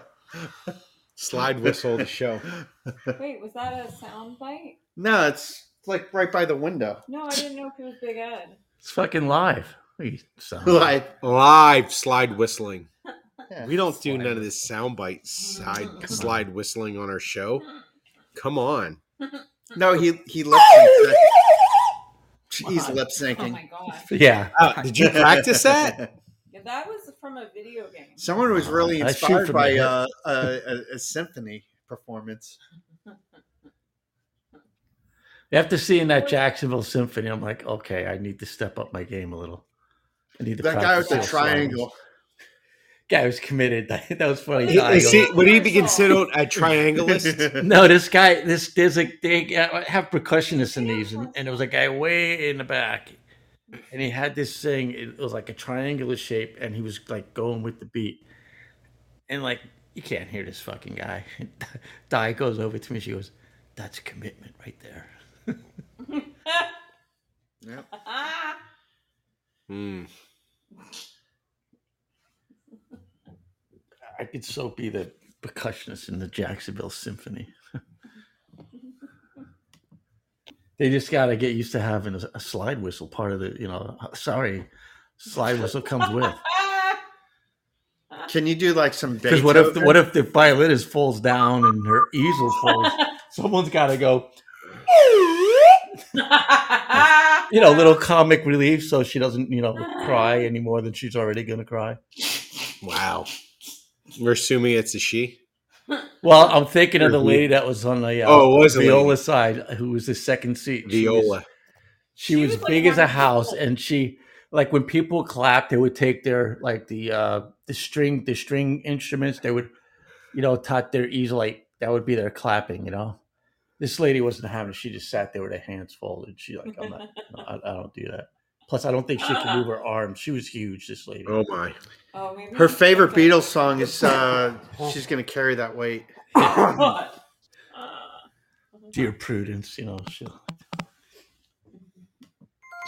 slide whistle of the show.
Wait, was that a sound bite?
No, it's like right by the window.
No, I didn't know if it was Big Ed.
It's fucking live. You sound-
Like,
Live slide whistling.
yeah.
We don't do none of this soundbite side slide whistling on our show. Come on.
no, he he lip synced. it. He's lip
Oh
syncing.
my god,
Yeah.
Uh, did you practice that?
Yeah, that was from a video game.
Someone was really
I shoot
inspired
from
by
the hip.
uh, a, a, a symphony performance.
After seeing that Jacksonville Symphony, I'm like, okay, I need to step up my game a little. I need to
That guy with the
practice my songs.
triangle.
Guy was committed. That was funny.
He-
I
he
Is
go-
he, would he be considered a triangleist?
no, this guy, this there's a they have percussionists in these, and, and there was a guy way in the back, and he had this thing. It was like a triangular shape, and he was like going with the beat, and like you can't hear this fucking guy. Di goes over to me. She goes, "That's commitment right there."
Ah,
Hmm.
I could so be the percussionist in the Jacksonville Symphony. they just got to get used to having a, a slide whistle part of the, you know, sorry, slide whistle comes with.
ah.
Can you do like some
Because
Beethoven?
what if what if the violinist falls down and her easel falls? Someone's got to go, you know, little comic relief, so she doesn't, you know, cry any more than she's already going to cry.
Wow. We're assuming it's a she.
Well, I'm thinking of the lady that was on the uh,
Oh, it was a lady.
viola side, who was the second seat. She was-
Viola.
she,
She
was,
was, like,
big as a
having
house
trouble.
and she like when people clapped they would take their like the uh the string the string instruments they would you know tot their easel like that would be their clapping you know this lady wasn't having it she just sat there with her hands folded she like i'm not no, I, I don't do that plus i don't think she could move her arms she was huge this lady
Oh my.
Oh, maybe
Her
she's
favorite
okay.
Beatles song is uh, "She's Gonna Carry That Weight."
God. Ah.
dear prudence you know she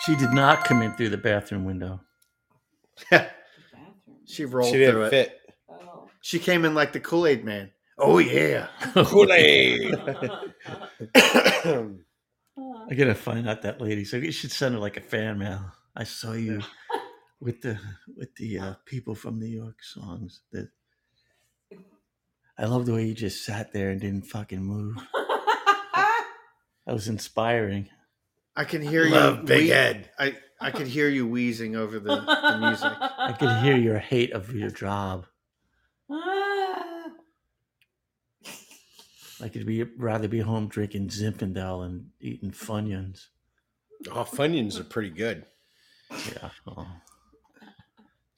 she did not come in through the bathroom window
Bathroom.
she rolled
She
through
didn't
it.
fit.
Oh.
She came in like the Kool Aid Man. Oh yeah.
Oh.
I gotta find out that lady. So you should send her like a fan mail. I saw you with the with the uh, people from New York songs. That I love the way you just sat there and didn't fucking move. That was inspiring.
I can hear you.
Love Big
wheeze-
Ed.
I I could hear you wheezing over the, the music.
I could hear
Uh-uh.
your hate of your job.
Oh Ah.
I could be rather be home drinking Zinfandel and eating Funyuns.
Oh, Funyuns are pretty good.
Yeah. Oh.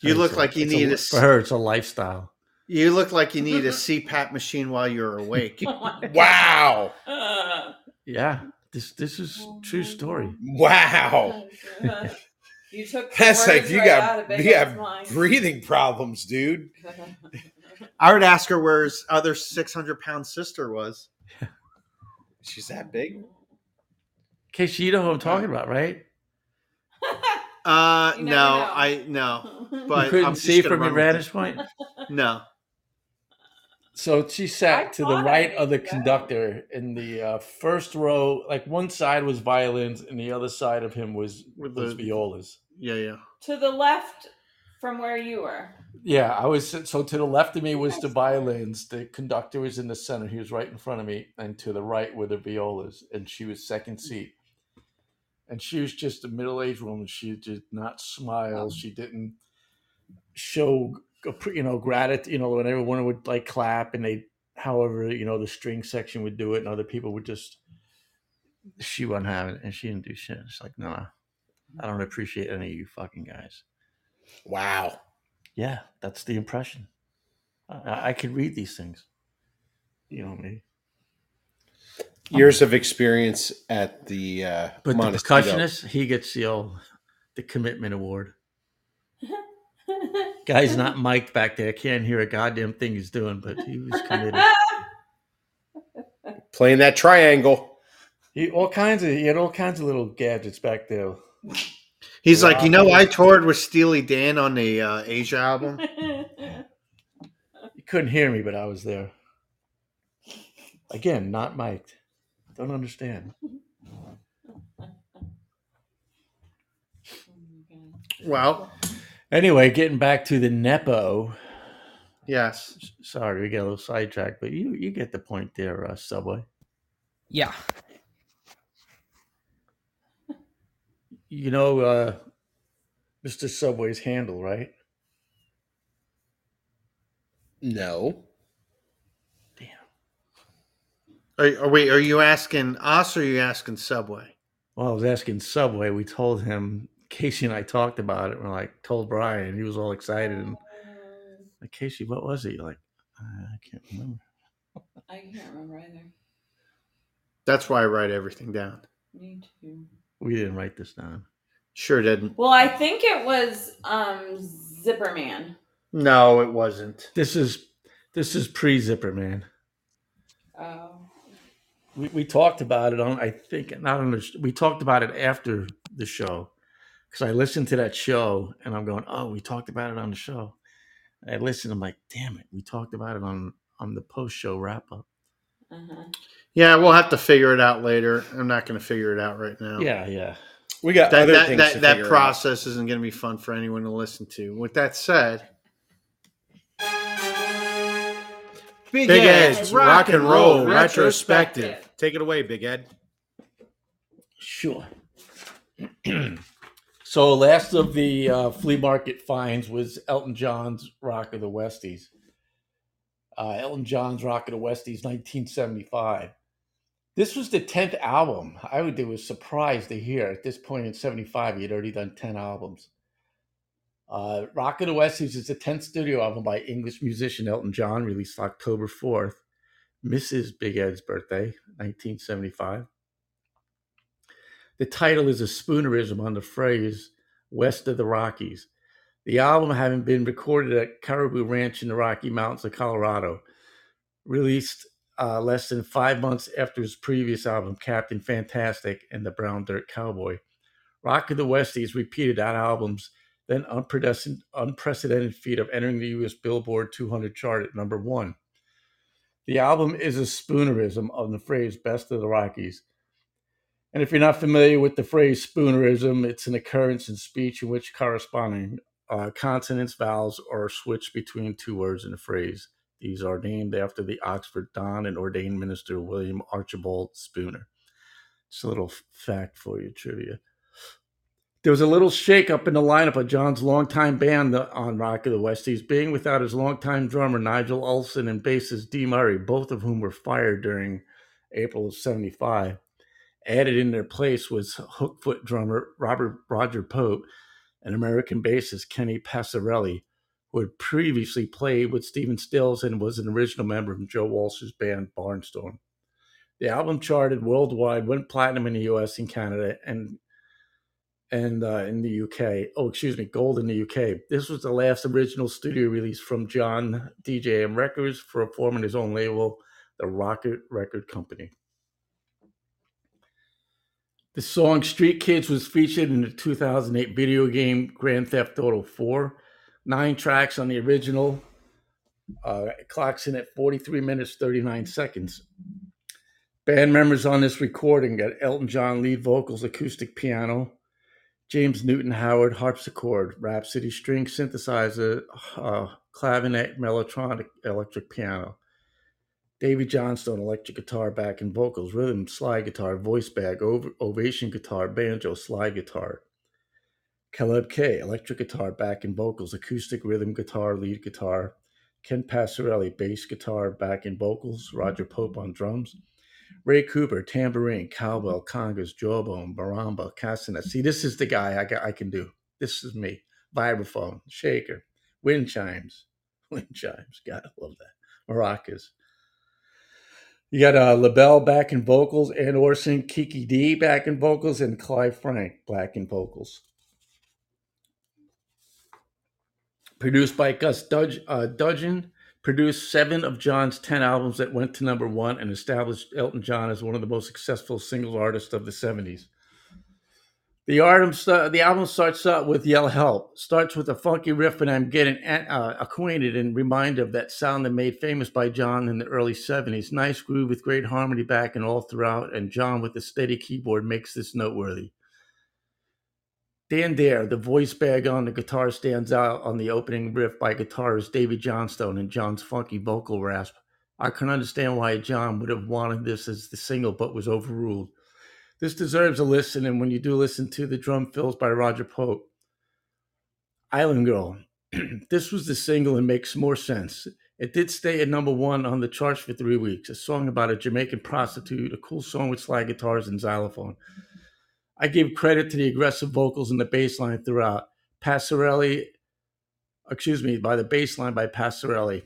You look
It's
like you
it's a-
need a
for
s-
her. It's a lifestyle.
You look like you need a CPAP machine while you're awake.
Wow.
wow.
Yeah, this this is true story.
Wow.
Oh you took the
That's like,
words
you
right
got-
out of it.
you got
That's mine.
Breathing problems, dude.
I would ask her where his other 600 pound sister was.
She's that big?
Okay, so you know who I'm talking about, right?
Uh,
You never
no,
know.
I no,
Oh.
but
you
I'm
couldn't
just
see
gonna
from your
run with it.
vantage point.
no.
So she
I
sat to the
thought I
right of the
knew that.
conductor in the uh, first row. Like one side was violins, and the other side of him was
With
was
the-
violas.
Yeah, yeah.
to the left from where you were.
Yeah, I was so to the left of me was the violins. The conductor was in the center. He was right in front of me, and to the right were the violas, and she was second seat. And she was just a middle-aged woman. She did not smile. She didn't show, you know, gratitude. You know, when everyone would like clap, and they, however, you know, the string section would do it, and other people would just. She wasn't having it, and she didn't do shit. She's like, nah, I don't appreciate any of you fucking guys.
Wow.
Yeah, that's the impression. I, I can read these things. You know me.
Years of experience at the uh,
But the
Montecito.
percussionist, he gets the old, the commitment award. Guy's not mic'd back there. Can't hear a goddamn thing he's doing, but he was committed.
playing that triangle.
he all kinds of he had all kinds of little gadgets back there.
He's like, you know,
Wow.
I toured with Steely Dan on the uh, Asia album.
You couldn't hear me, but I was there. Again, not mic'd. Don't understand.
Well,
Anyway, getting back to the Nepo.
yes.
S- Sorry, we got a little sidetracked, but you you get the point there, uh, Subway.
Yeah.
You know, uh, Mr. Subway's handle, right?
No.
Are, are wait, Are you asking us or are you asking Subway?
Well, I was asking Subway. We told him, Casey and I talked about it. And we're like, told Brian, and he was all excited. And like, Casey, what was it? You're like, I can't remember.
I can't remember either.
That's why I write everything down.
Me too.
We didn't write this down.
Sure didn't.
Well, I think it was um Zipperman.
No, it wasn't.
This is this is pre Zipper Man.
Oh.
We, we talked about it on. I think not on. The, we talked about it after the show because I listened to that show and I'm going, oh, we talked about it on the show. I listened. I'm like, damn it, we talked about it on on the post show wrap up.
Uh-huh.
Yeah, we'll have to figure it out later. I'm not going to figure it out right now.
Yeah, yeah.
We got
That
other
that
things to
that, that
figure
process isn't going to be fun for anyone to listen to. With that said,
Big,
Ed's Rock and Roll
Retrospective.
Take it away, Big Ed.
Sure. so, last of the uh, flea market finds was Elton John's Rock of the Westies. Uh, Elton John's Rock of the Westies, 1975. This was the 10th album. I would, was surprised to hear at this point in 75, he had already done 10 albums. Uh, Rock of the Westies is the 10th studio album by English musician Elton John, released October 4th, Mrs. Big Ed's birthday, 1975. The title is a spoonerism on the phrase West of the Rockies. The album, having been recorded at Caribou Ranch in the Rocky Mountains of Colorado, released uh, less than five months after his previous album, Captain Fantastic and the Brown Dirt Cowboy. Rock of the Westies repeated that album's then unprecedented, unprecedented feat of entering the U.S. Billboard 200 chart at number one. The album is a spoonerism on the phrase Best of the Rockies. And if you're not familiar with the phrase spoonerism, it's an occurrence in speech in which corresponding uh, consonants, vowels, are switched between two words in a phrase. These are named after the Oxford Don and ordained minister William Archibald Spooner. Just a little f- fact for you, trivia. There was a little shakeup in the lineup of John's longtime band the- on Rock of the Westies, being without his longtime drummer Nigel Olson and bassist Dee Murray, both of whom were fired during April of 75 added in their place was Hookfoot drummer Robert Roger Pope and American bassist Kenny Passarelli, who had previously played with Stephen Stills and was an original member of Joe Walsh's band Barnstorm. The album charted worldwide, went platinum in the U.S. and Canada, and and uh, in the UK. Oh, excuse me, gold in the UK. This was the last original studio release from John DJM Records for forming his own label, the Rocket Record Company. The song Street Kids was featured in the 2008 video game Grand Theft Auto 4. Nine tracks on the original, uh, clocks in at 43 minutes, 39 seconds. Band members on this recording got Elton John lead vocals, acoustic piano, James Newton Howard harpsichord, rhapsody string synthesizer, uh, clavinet, mellotronic, electric piano. Davy Johnstone electric guitar, back and vocals, rhythm, slide guitar, voice bag, ov- ovation guitar, banjo, slide guitar. Caleb K electric guitar, back and vocals, acoustic rhythm guitar, lead guitar. Ken Passarelli bass guitar, back and vocals. Roger Pope on drums. Ray Cooper, tambourine, cowbell, congas, jawbone, baramba, castanet. See, this is the guy I, got, I can do. This is me. Vibraphone, shaker, wind chimes, wind chimes. God, I love that. Maracas. You got uh, LaBelle back in vocals, Ann Orson, Kiki D back in vocals, and Clive Frank back in vocals. Produced by Gus Dudge, uh, Dudgeon produced seven of John's 10 albums that went to number one and established Elton John as one of the most successful single artists of the 70s. The, album st- the album starts out with Yell Help, starts with a funky riff, and I'm getting uh, acquainted and reminded of that sound that made famous by John in the early 70s. Nice groove with great harmony back and all throughout, and John with a steady keyboard makes this noteworthy. Dan Dare, the voice bag on the guitar stands out on the opening riff by guitarist Davy Johnstone and John's funky vocal rasp. I can understand why John would have wanted this as the single, but was overruled. This deserves a listen, and when you do listen to the drum fills by Roger Pope. Island Girl. this was the single and makes more sense. It did stay at number one on the charts for three weeks, a song about a Jamaican prostitute, a cool song with slide guitars and xylophone. I give credit to the aggressive vocals and the bass line throughout. Passarelli, excuse me, by the bass line by Passarelli.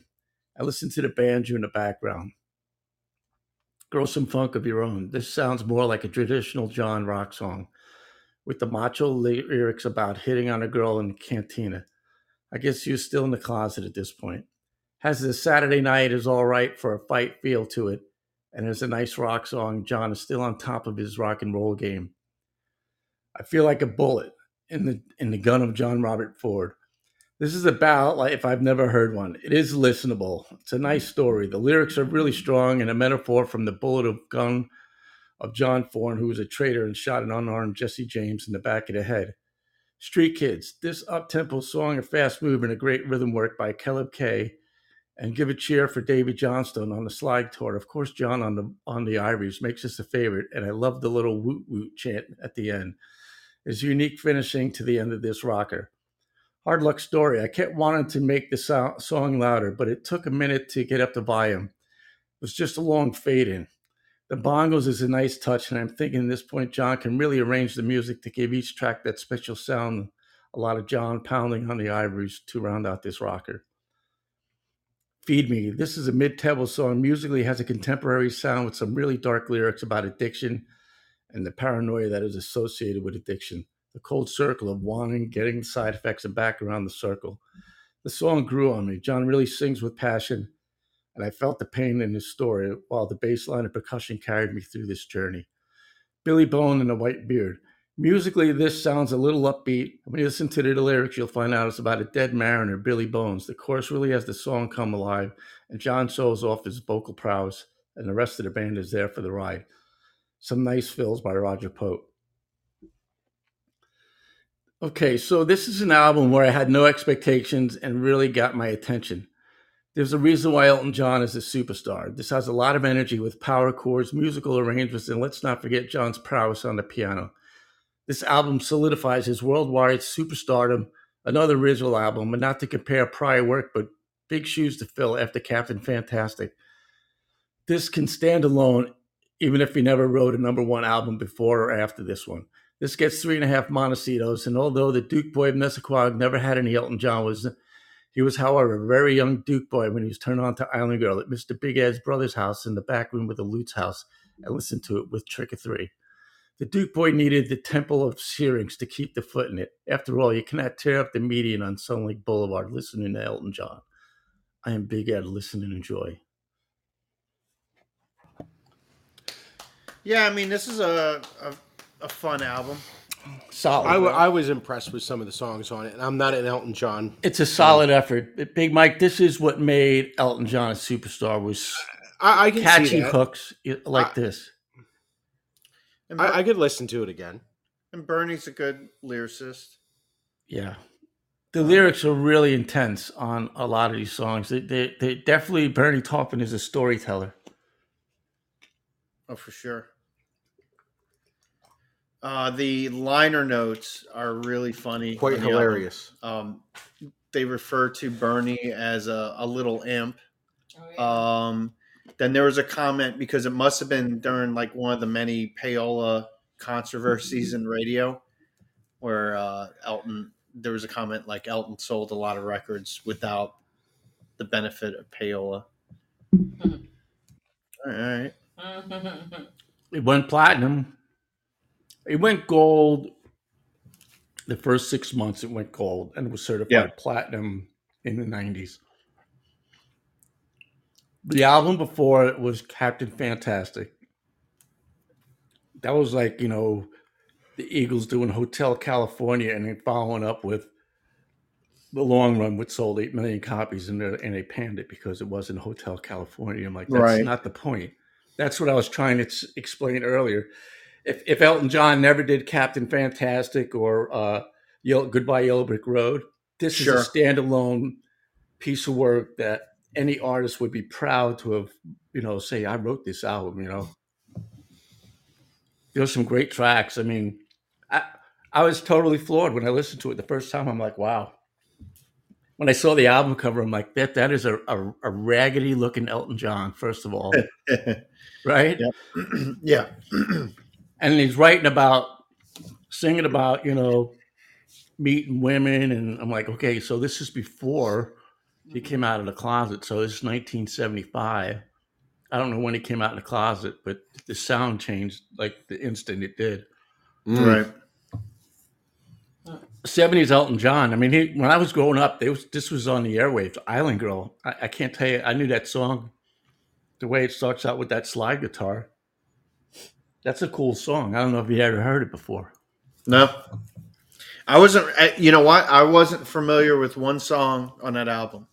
I listen to the banjo in the background. Grow some funk of your own. This sounds more like a traditional John rock song with the macho lyrics about hitting on a girl in the cantina. I guess he was still in the closet at this point. Has the Saturday night is all right for a fight feel to it, and it's a nice rock song. John is still on top of his rock and roll game. I feel like a bullet in the in the gun of John Robert Ford. This is about like if I've never heard one. It is listenable. It's a nice story. The lyrics are really strong and a metaphor from the bullet of gun of John Ford, who was a traitor and shot an unarmed Jesse James in the back of the head. Street Kids, this up-tempo song, a fast move, and a great rhythm work by Caleb K. And give a cheer for David Johnstone on the slide tour. Of course, John on the on the Ivories makes us a favorite, and I love the little woot woot chant at the end is unique finishing to the end of this rocker. Hard luck story. I kept wanting to make the so- song louder, but it took a minute to get up the volume. It was just a long fade in. The bongos is a nice touch, and I'm thinking at this point John can really arrange the music to give each track that special sound. A lot of John pounding on the ivories to round out this rocker. Feed Me. This is a mid-table song. Musically has a contemporary sound with some really dark lyrics about addiction, and the paranoia that is associated with addiction, the cold circle of wanting, getting the side effects, and back around the circle. The song grew on me. John really sings with passion, and I felt the pain in his story while the bass line and percussion carried me through this journey. Billy Bone and a White Beard. Musically, this sounds a little upbeat. When you listen to the lyrics, you'll find out it's about a dead mariner, Billy Bones. The chorus really has the song come alive, and John shows off his vocal prowess, and the rest of the band is there for the ride some nice fills by Roger Pope. Okay, so this is an album where I had no expectations and really got my attention. There's a reason why Elton John is a superstar. This has a lot of energy with power chords, musical arrangements, and let's not forget John's prowess on the piano. This album solidifies his worldwide superstardom, another original album, and not to compare prior work, but big shoes to fill after Captain Fantastic. This can stand alone even if he never wrote a number one album before or after this one. This gets three and a half Montecitos, and although the Duke boy of Messaquag never had any Elton John, was he was, however, a very young Duke boy when he was turned on to Island Girl at Mr. Big Ed's brother's house in the back room of the Lute's house and listened to it with Trick or Three. The Duke boy needed the Temple of Searings to keep the foot in it. After all, you cannot tear up the median on Sun Lake Boulevard listening to Elton John. I am Big Ed, listen and enjoy.
Yeah, I mean, this is a a, a fun album.
Solid.
I, wa- I was impressed with some of the songs on it, and I'm not an Elton John.
it's a solid effort. Big Mike, this is what made Elton John a superstar was
I, I can see
catchy
that. Uh,
hooks like this.
And, Ber-
I, I could listen to it again.
and Bernie's a good lyricist.
Yeah. The
uh,
lyrics are really intense on a lot of these songs. They, they, they definitely Bernie Taupin is a storyteller.
Oh, for sure. Uh, the liner notes are really funny.
Quite
on the album.
hilarious.
Um, they refer to Bernie as a, a little imp.
Oh, yeah.
Um, then there was a comment because it must have been during like one of the many payola controversies in radio where uh, Elton, there was a comment like Elton sold a lot of records without the benefit of payola. All right.
Uh, It went platinum. It went gold. The first six months it went gold and was certified
Yeah.
platinum in the nineties. The album before it was Captain Fantastic. That was like, you know, the Eagles doing Hotel California and then following up with the long run, which sold eight million copies, and they, and they panned it because it wasn't Hotel California. I'm like, that's
Right.
not the point. That's what I was trying to s- explain earlier. If if Elton John never did Captain Fantastic or uh, Yellow, Goodbye Yellow Brick Road, this
Sure.
is a standalone piece of work that any artist would be proud to have, you know, say I wrote this album. You know, there's some great tracks. I mean, I I was totally floored when I listened to it the first time. I'm like, wow. When I saw the album cover, I'm like, that that is a, a, a raggedy looking Elton John, first of all, right?
yeah.
and he's writing about singing about you know meeting women and i'm like okay so this is before he came out of the closet so this is 1975 i don't know when he came out of the closet but the sound changed like the instant it did Mm.
Right.
70s elton john i mean he, when i was growing up they was, this was on the airwaves island girl I, I can't tell you i knew that song the way it starts out with that slide guitar that's a cool song i don't know if you ever heard it before
No, I wasn't. I- You know what? I wasn't familiar with one song on that album.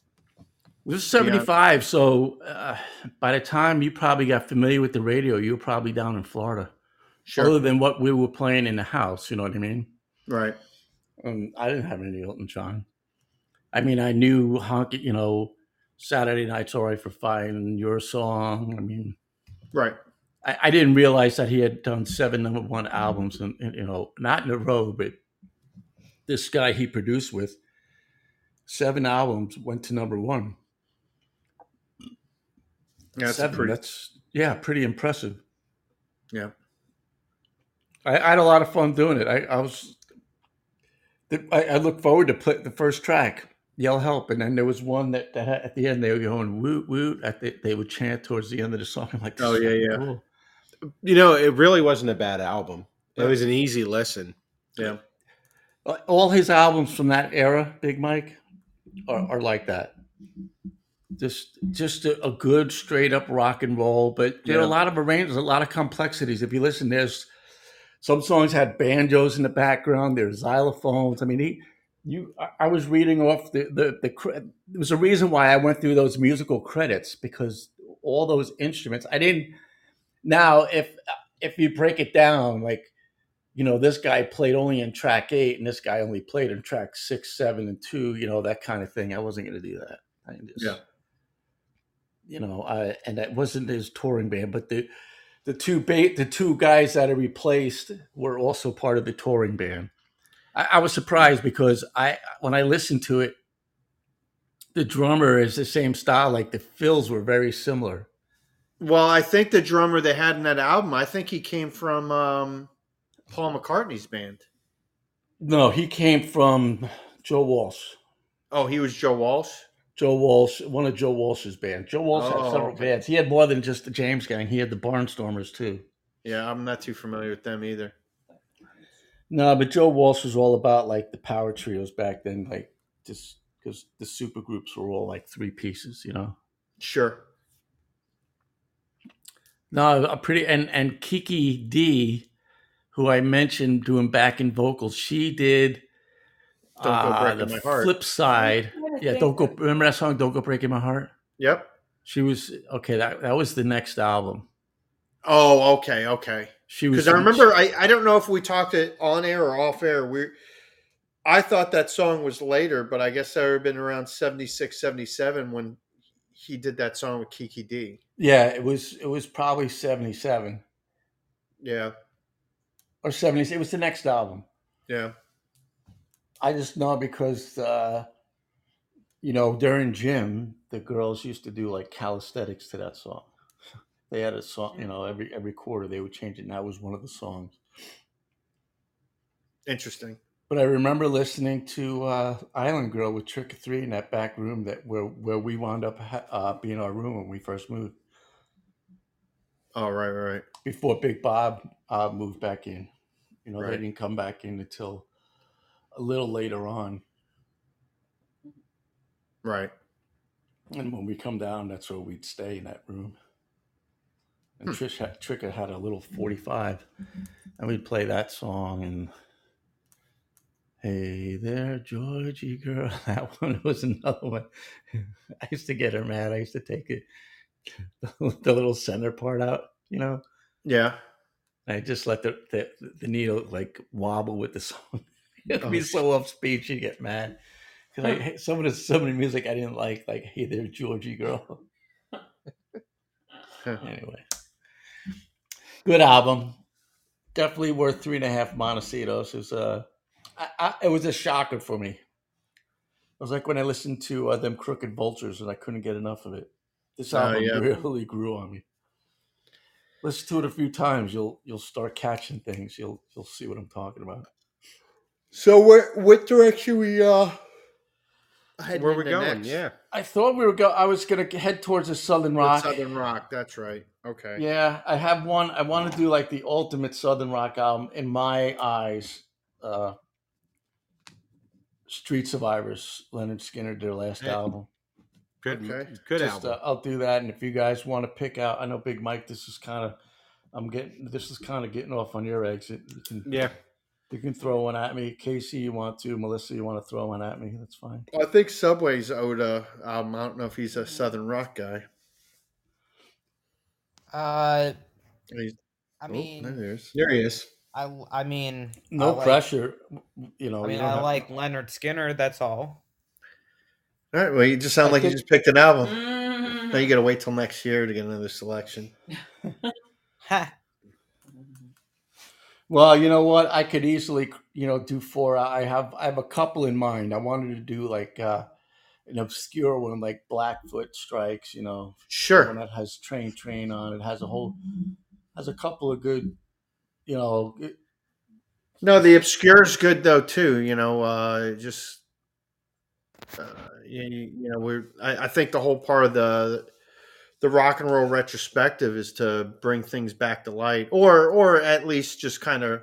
This is 75, so uh, by the time you probably got familiar with the radio, you were probably down in Florida,
Sure.
other than what we were playing in the house. You know what I mean?
Right.
Um, I didn't have any Elton John. I mean, I knew honky, you know, Saturday Night's All Right for Fine, Your Song. I mean,
Right.
I, I didn't realize that he had done seven number one albums, and, and, you know, not in a row, but this guy he produced with seven albums went to number one.
Yeah, it's a
Seven,
pretty.
that's yeah, pretty impressive.
Yeah.
I, I had a lot of fun doing it. I, I was, the- I, I look forward to play the first track, "Yell Help," and then there was one that, that had- at the end they were going "woot woot." At the, they would chant towards the end of the song. I'm like,
Oh,
"This is
yeah, yeah.
cool."
You know, it really wasn't a bad album. It was an easy listen.
Yeah.
Uh, All his albums from that era, Big Mike, are, are like that. Just, just a, a good straight up rock and roll, but there are a
Yeah.
lot of arrangements, a lot of complexities. If you listen, there's some songs had banjos in the background. There's xylophones. I mean, he, you, I- I was reading off the the the. cre- There was a reason why I went through those musical credits because all those instruments. I didn't. Now, if if you break it down, like you know, this guy played only in track eight, and this guy only played in track six, seven, and two. You know that kind of thing. I wasn't going to do that. I just,
Yeah.
You know, I, and that wasn't his touring band, but the the two ba- the two guys that are replaced were also part of the touring band. I, I was surprised because I when I listened to it, the drummer is the same style. Like the fills were very similar.
Well, I think the drummer they had in that album, I think he came from um, Paul McCartney's band.
No, he came from Joe Walsh.
Oh, he was Joe Walsh.
Joe Walsh, one of Joe Walsh's bands. Joe Walsh
Oh,
had several
okay.
bands. He had more than just the James Gang. He had the Barnstormers too.
Yeah, I'm not too familiar with them either.
No, but Joe Walsh was all about like the power trios back then, like just because the super groups were all like three pieces, you know.
Sure.
No, a pretty and and Kiki D, who I mentioned doing backing vocals, she did.
Don't Go
uh,
Breaking
the
My Heart.
Flip side,
What a
yeah.
thing.
Don't go. Remember that song? Don't go breaking my heart.
Yep.
She was okay. That that was the next album.
Oh, okay, okay.
She was
Because I remember, I, I don't know if we talked it on air or off air. We, I thought that song was later, but I guess that would have been around 76, 77 when he did that song with Kiki D.
Yeah, it was it was probably seventy seven
Yeah,
or seventy. It was the next album.
yeah,
I just know because uh, you know during gym the girls used to do like calisthenics to that song. They had a song, you know, every every quarter they would change it, and that was one of the songs.
interesting.
But I remember listening to uh, Island Girl with Trick or Three in that back room that where where we wound up ha- uh, being our room when we first moved
Oh, right, right, right.
before Big Bob uh, moved back in. You know, they
Right.
didn't come back in until a little later on.
right.
And when we come down, that's where we'd stay in that room. And Trish had, Tricker had a little 45, and we'd play that song and Hey there, Georgie girl. That one was another one. I used to get her mad. I used to take it, the little center part out, you know.
Yeah.
And I just let the, the the needle like wobble with the song. It'd be so off speed, she'd get mad. Cause I, some of the some of the music I didn't like, like "Hey There, Georgie Girl." anyway, good album. Definitely worth three and a half Montecitos. It was a, I, I, it was a shocker for me. It was like when I listened to uh, them Crooked Vultures, and I couldn't get enough of it. This
Oh,
album
yeah.
really grew on me. Listen to it a few times, you'll you'll start catching things. You'll you'll see what I'm talking about.
So where what direction we uh heading
Where we
into
going?
next?
Yeah.
I thought we were go. I was gonna head towards the Southern
With
Rock.
Southern Rock, that's right. Okay.
Yeah, I have one. I want to do like the ultimate Southern rock album in my eyes. Uh, Street Survivors, Leonard Skinner, their last
Yeah.
album.
Good,
Okay.
good
Just,
album.
uh, I'll do that, and if you guys want to pick out, I know Big Mike. This is kind of, I'm getting. This is kind of getting off on your exit. You can,
yeah.
you can throw one at me, Casey. You want to, Melissa? You want to throw one at me? That's fine.
Well, I think Subway's owed a um, I don't know if he's a Southern Rock guy.
Uh,
He's-
I
oh,
mean,
there he is.
There he is.
I I mean, I
No
like-
pressure. You know.
I
you
mean,
don't
I
have-
like Leonard Skinner. That's all.
All right, well you just sound
I
like you
think-
just
Mm-hmm.
picked an
uh,
album. Now
Mm.
you gotta wait till next year to get another selection.
Ha.
Well, you know what? I could easily, you know, do four. I have I have a couple in mind. I wanted to do like uh an obscure one, like Blackfoot Strikes. You know, one
Sure.
that has Train Train on it. Has a whole has a couple of good, you know. it-
No, the obscure's good though too, you know, uh just uh, you, you know, we're I, I think the whole part of the the rock and roll retrospective is to bring things back to light or or at least just kind of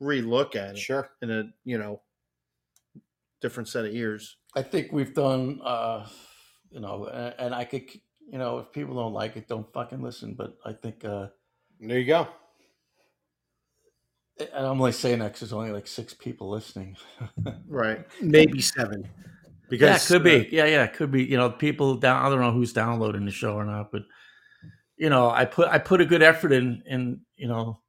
relook at it
Sure.
in a you know different set of ears.
I think we've done, uh you know, and, and I could, you know, if people don't like it, don't fucking listen. But I think, uh
There you go.
and I'm only saying that because there's only like six people listening.
Right.
Maybe seven. Because uh,
yeah, could be. Yeah, yeah, could be. You know, people down. I don't know who's downloading the show or not, but you know, I put I put a good effort in. In you know,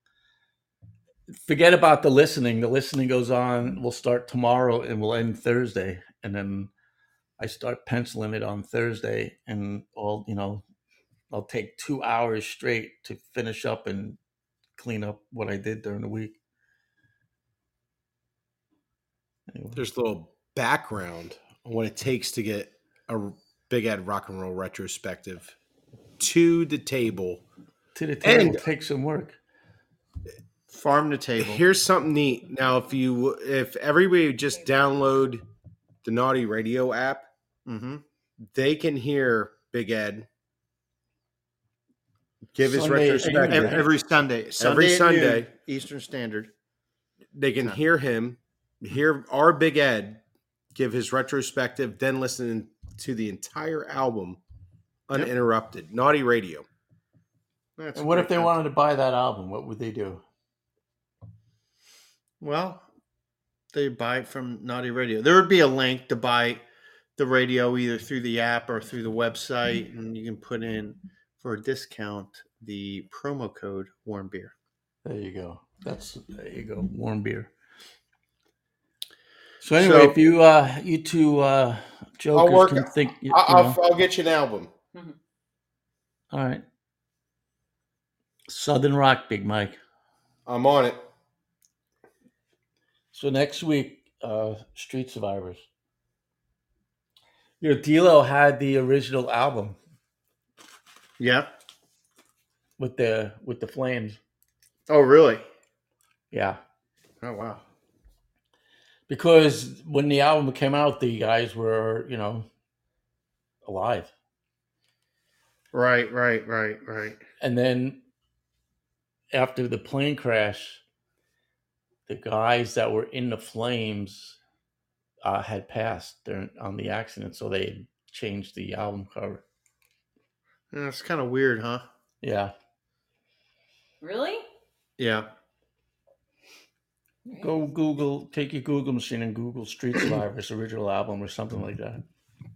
forget about the listening. The listening goes on. We'll start tomorrow and we'll end Thursday, and then I start penciling it on Thursday, and all you know, I'll take two hours straight to finish up and clean up what I did during the week. Anyway.
There's a little background on what it takes to get a Big Ed Rock and Roll retrospective to the table.
to the table
And-
take some work.
Farm to table.
Here's something neat. Now, if you if everybody would just download the Naughty Radio app,
Mhm.
they can hear Big Ed give his
Sunday at
Ev-
retrospective.
every, Sunday, Sunday at
Sunday.
noon, Eastern Standard.
they can hear him, hear our Big Ed give his retrospective, then listen to the entire album uninterrupted. Naughty Radio.
That's
And what
great
if they
content.
wanted to buy that album? What would they do?
Well, they buy it from Naughty Radio. There would be a link to buy the radio either through the app or through the website,
Mm.
and you can put in for a discount the promo code Warm Beer.
There you go. That's there you go. Warm beer. So anyway,
So-
if you uh you two uh jokers
work-
can think you,
I-
know,
I'll, I'll get you an album.
all right. Southern Rock, Big Mike.
I'm on it.
So next week, uh, Street Survivors. Your D'Lo had the original album
Yeah.
with the with the flames.
Oh, really?
Yeah,
Oh, wow.
because when the album came out, the guys were you know alive,
Right, right, right, right.
and then after the plane crash, the guys that were in the flames uh, had passed during, on the accident, so they changed the album cover.
Yeah, That's kind of weird, huh?
Yeah,
Really?
Yeah. Uh,
Go Google, take your Google machine and Google Street Survivors original album or something like that.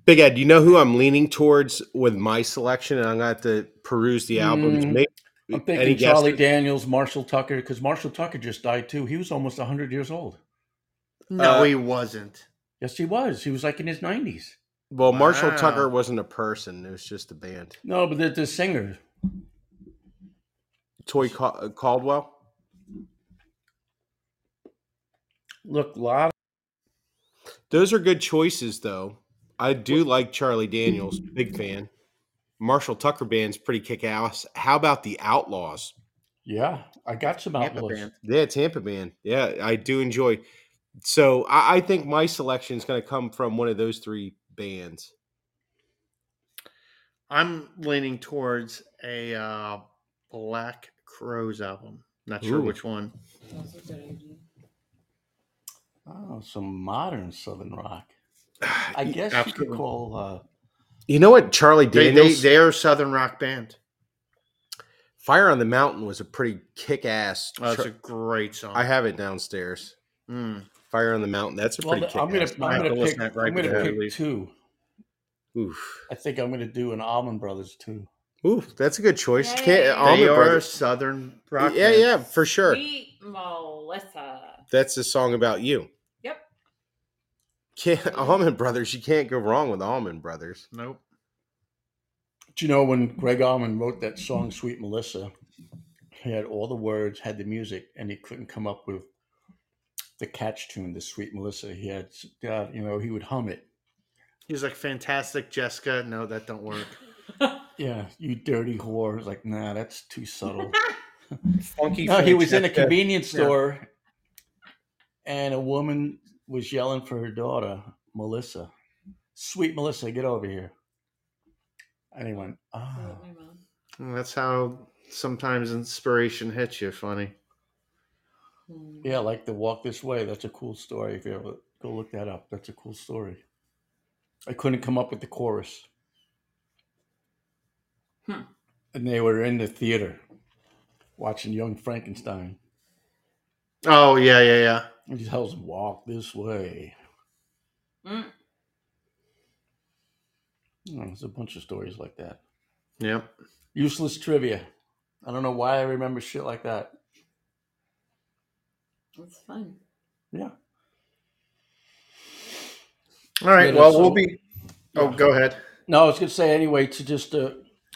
Big Ed, you know who I'm leaning towards with my selection, and I'm gonna have to peruse the albums.
Mm,
Maybe
I'm
any
thinking
guesses?
Charlie Daniels, Marshall Tucker, because Marshall Tucker just died too. He was almost 100 years old.
No,
Uh,
he wasn't.
Yes, he was. He was like in his 90s.
Well, Marshall
Wow.
Tucker wasn't a person; it was just a band.
No, but the, the singer.
Toy Cal- uh, Caldwell.
Look, lot.
Those are good choices, though. I do like Charlie Daniels, big fan. Marshall Tucker band's pretty kick ass. How about the Outlaws?
Yeah, I got some
Tampa
outlaws.
band.
Yeah, Tampa band. Yeah, I do enjoy. So I, I think my selection is going to come from one of those three bands.
I'm leaning towards a uh, Black Crows album. Not sure
Ooh.
which one.
Oh, some modern Southern rock. I guess you
absolutely.
could call. Uh,
You know what, Charlie
They, they,
Daniels?
they are a Southern rock band.
Fire on the Mountain was a pretty kick ass.
Oh, that's a great song.
I have it downstairs.
Mm.
Fire on the Mountain. That's a
well,
pretty
I'm gonna,
kick ass.
I
I'm
have
gonna
to listen
pick,
to that right
I'm gonna
before we
pick
leave.
two.
Oof.
I think I'm gonna do an Almond Brothers too.
Oof. That's a good choice.
Yay.
Can't,
They
Allman
they are
Brothers.
a Southern rock.
Yeah,
band.
yeah, for sure.
Sweet Melissa.
That's a song about you.
Yep.
Can't, Almond Brothers. You can't go wrong with Almond Brothers.
Nope.
Do you know when Greg Allman wrote that song "Sweet Melissa"? He had all the words, had the music, and he couldn't come up with the catch tune, "The Sweet Melissa." He had, uh, you know, he would hum it.
He's like fantastic Jessica. No, that don't work.
Yeah, you dirty whore. It's like, nah, that's too subtle.
Funky.
no, he was in a
Francesca.
convenience
Yeah.
store, and a woman was yelling for her daughter, Melissa. Sweet Melissa, get over here. And he went, ah.
And that's how sometimes inspiration hits you. Funny.
Hmm.
Yeah, like the walk this way. That's a cool story. If you ever go look that up, that's a cool story. I couldn't come up with the chorus.
Hmm.
And they were in the theater watching Young Frankenstein.
Oh yeah, yeah, yeah.
And he tells him, walk this way.
Mm.
You know, Oh, there's a bunch of stories like that.
Yep.
Useless trivia. I don't know why I remember shit like that.
That's fun.
Yeah.
All right.
Yeah,
well,
so-
we'll be. Oh,
Yeah.
go ahead.
No, I was going to say anyway, to just uh,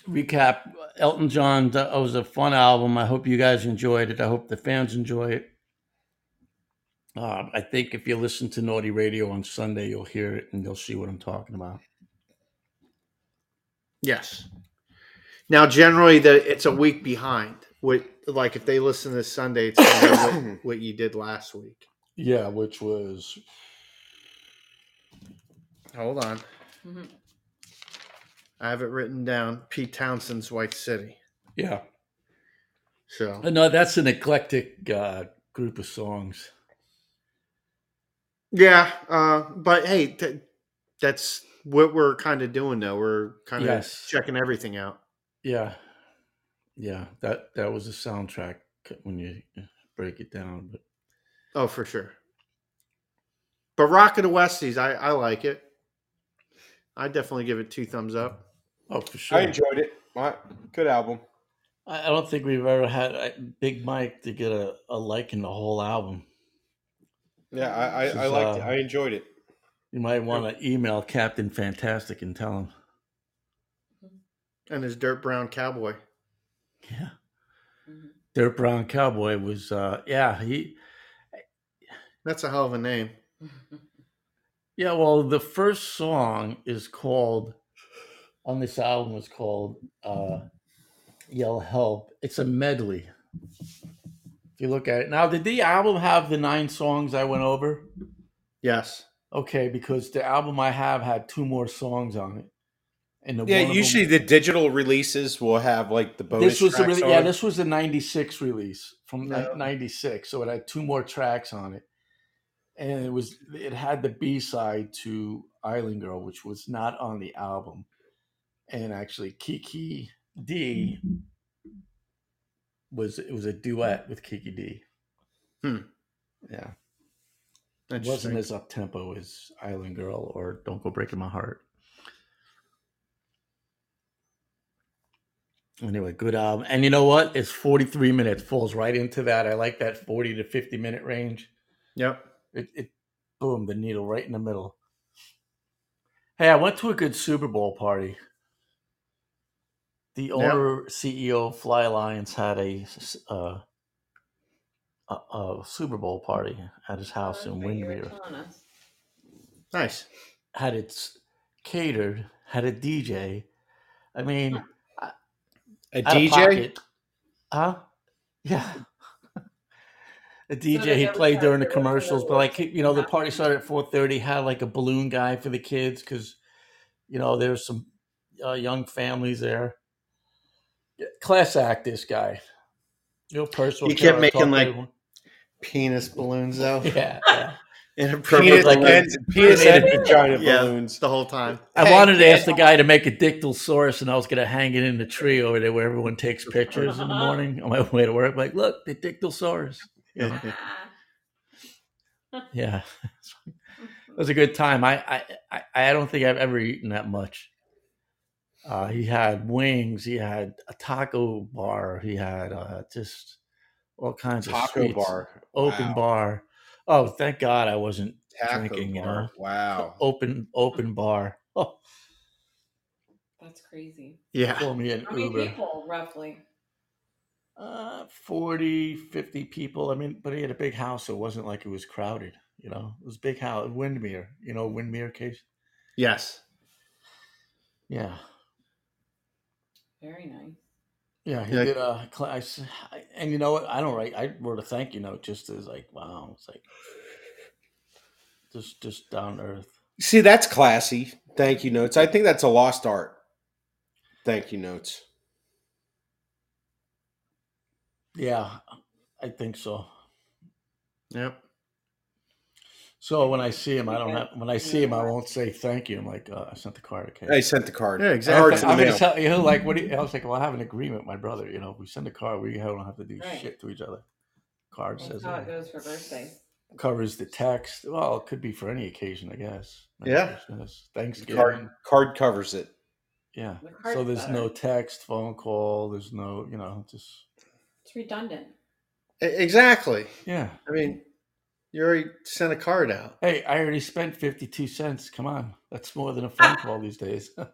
recap Elton John, that was a fun album. I hope you guys enjoyed it. I hope the fans enjoy it. Uh, I think if you listen to Naughty Radio on Sunday, you'll hear it and you'll see what I'm talking about.
Yes. Now, generally, the it's a week behind, what like if they listen this Sunday, it's gonna be what, what you did last week.
Yeah, which was
Hold on,
Mhm.
I have it written down. Pete Townsend's White City.
yeah.
So
Uh,
No, that's an eclectic uh, group of songs.
yeah, uh, but hey, th- that's what we're kind of doing though. We're kind of
Yes.
checking everything out.
Yeah, yeah. That that was a soundtrack when you break it down. But
Oh, for sure. But Rock of the Westies, I, I like it. I definitely give it two thumbs up.
oh, for sure.
I enjoyed it. My- Good album.
I I don't think we've ever had uh, Big Mike to get a, a like in the whole album.
Yeah, I, I,
This
I
is,
liked it.
uh,
I enjoyed it.
You might want to email Captain Fantastic and tell him.
And his dirt brown cowboy.
Yeah.
Mhm.
Dirt Brown Cowboy was, uh, yeah, he,
That's a hell of a name.
Mm-hmm.
yeah, well, the first song is called, on this album was called uh, Yell Help. It's a medley. If you look at it now, did the album have the nine songs I went over?
Yes.
Okay, because the album I have had two more songs on it. And the
Yeah,
one of them-
usually the digital releases will have like the bonus.
this was the
tracks
really, yeah,
on.
this was the '96 release from
Yeah.
'96, so it had two more tracks on it, and it was it had the B side to "Island Girl," which was not on the album, and actually Kiki D was it was a duet with Kiki D.
Hmm.
Yeah, it wasn't
Interesting.
as up tempo as "Island Girl" or "Don't Go Breaking My Heart." Anyway, good album. And you know what? It's 43 minutes, falls right into that. I like that 40 to 50 minute range.
Yep.
It, it boom, the needle right in the middle. Hey, I went to a good Super Bowl party. The owner, CEO of Fly Alliance had a, s- uh, a, a Super Bowl party at his house in Windmere.
Nice.
Had it s- catered, had a DJ. I mean,
a
out of
DJ.
pocket. Huh? Yeah. The
they
DJ he
never
played
started
during the
their original
commercials, but
work.
like you know, the
Yeah.
party started at four thirty. Had like a balloon guy for the kids because you know there's some uh, young families there. Yeah, Class act, this guy. You know, personal.
He kept
killer,
making,
talked to
like,
everyone.
Penis balloons though.
yeah. yeah.
Inappropriate
Penis,
like
balloons
ends, penis and vagina
Yeah.
balloons.
the whole time.
I
Hey,
wanted to
yeah.
ask the guy to make a dictylosaurus, and I was going to hang it in the tree over there where everyone takes pictures in the morning on my way to work. Like, look, the dictylosaurus. Yeah. it was a good time. I, I I I don't think I've ever eaten that much. Uh, he had wings. He had a taco bar. He had uh, just all kinds of
Taco
sweets.
bar.
open
Wow.
bar. Oh, thank God I wasn't
Taco
drinking, you
bar.
know.
Wow.
open open bar. Oh,
That's crazy.
Yeah.
call me an
How many
Uber.
people, roughly?
Uh, 40, 50 people. I mean, but he had a big house, so it wasn't like it was crowded. You know, it was a big house, Windmere. You know, Windmere case.
Yes.
Yeah.
Very nice.
Yeah, he
Yeah.
did. Uh, cla- I s- I- and you know what? I don't write. I wrote a thank you note just as like, wow, it's like just just down to earth.
See, that's classy. Thank you notes. I think that's a lost art. Thank you notes.
Yeah, I think so.
Yep.
So when I see him, I don't have. When I see him, I
Yeah.
won't say thank you. I'm like, uh, I sent the card. Okay.
I sent the card.
Yeah,
I
exactly.
Cards
was
in the
I'm gonna
mail.
tell you like what do you, I was like. Well, I have an agreement, with my brother. You know, if we send a card. We don't have to do
Right.
shit to each other. Card
That's
says
how it
it
goes for birthdays.
covers the text. Well, it could be for any occasion, I guess.
Yeah.
Christmas,
The
Thanksgiving.
Card, card covers it.
Yeah.
The card's
So there's
better.
no text, phone call. There's no, you know, just
It's redundant.
E- Exactly.
yeah.
I mean, you already sent a card out.
Hey, I already spent fifty-two cents. Come on, that's more than a phone call these days.
And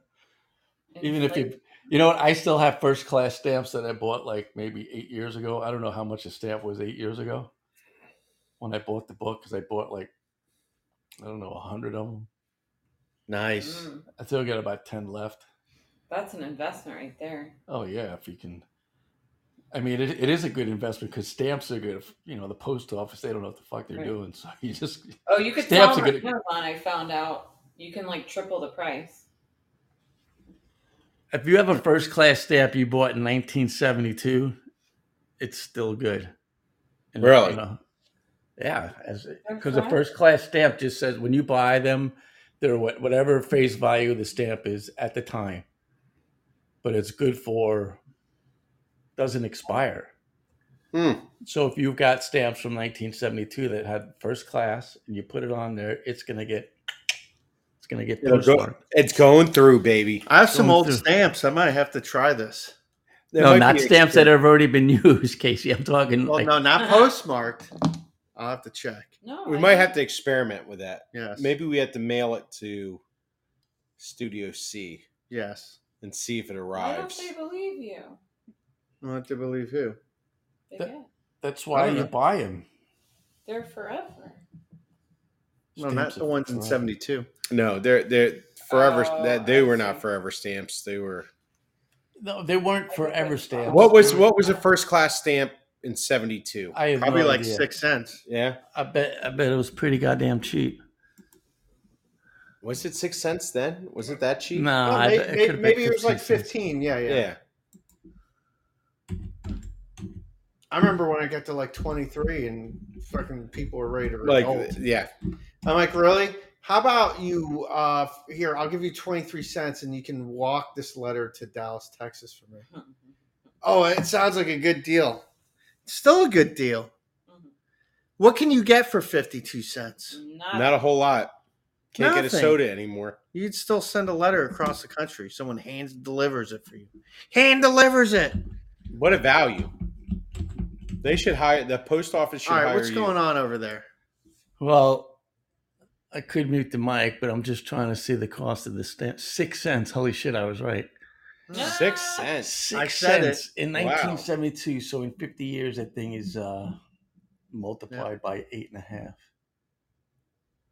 Even
it's
if
like-
you, you know, what I still have first-class stamps that I bought like maybe eight years ago. I don't know how much a stamp was eight years ago when I bought the book because I bought like I don't know a hundred of them.
Nice.
Mm,
I still got about ten left.
that's an investment right there.
Oh yeah, if you can
I mean, it, it is a good investment because stamps are good. You know, the post office, they don't know what the fuck they're
Right.
doing. So you just,
Oh, you could
Stamps
sell
are
them on
gonna-
Amazon. I found out you can like triple the price.
If you have a first class stamp you bought in 1972, it's still good. And,
Really?
know, yeah, because
Okay.
the first class stamp just says when you buy them, they're what, whatever face value the stamp is at the time. But it's good for doesn't expire.
Hmm.
So if you've got stamps from 1972 that had first class and you put it on there, it's gonna get it's gonna get
It'll go-
postmarked.
It's going through, baby.
I have some
Going
old
through.
stamps. I might have to try this.
There might
no,
be
not
a-
stamps that have already been used, Casey. I'm talking
Well,
like
no, not postmarked. I'll have to check.
No,
We
I
might
think-
have to experiment with that.
Yes.
Maybe we have to mail it to Studio C
Yes.
and see if it
Why don't
arrives.
they believe you?
I don't have to believe who.
They
That-
get.
that's why
don't
you
know.
buy them.
They're forever.
No, not the ones in 72.
No, they're they're forever.
Oh,
that they
I
were not
see.
forever stamps. They were.
No, they weren't
I
forever
think
stamps.
that's-
What was what was a first class stamp in '72?
I have
Probably
no
like
idea.
six cents.
Yeah,
I bet. I bet it was pretty goddamn cheap.
was it six cents then? Was it that cheap?
No,
Well,
Uh, I
may-
bet
may-
it
maybe,
could have
it was like
15.
15. Yeah, yeah,
Yeah.
I remember when I got to like 23 and fucking people were ready to
like
revolt.
yeah.
I'm like, really? How about you? Uh, here, I'll give you 23 cents and you can walk this letter to Dallas, Texas for me.
Mm-hmm.
Oh, it sounds like a good deal. Still a good deal. What can you get for 52 cents?
Not,
Not a whole lot. Can't get a
Nothing.
soda anymore.
You'd still send a letter across the country. Someone hands delivers it for you. Hand delivers it.
What a value! They should hire the post office. Should
All right,
hire
what's
you.
going on over there?
Well, I could mute the mic, but I'm just trying to see the cost of the stamp. Six cents. Holy shit, I was right.
Mm-hmm.
Six
Ah.
cents.
Six
said it.
cents in
Wow.
1972. So in 50 years, that thing is uh, multiplied by eight and a half.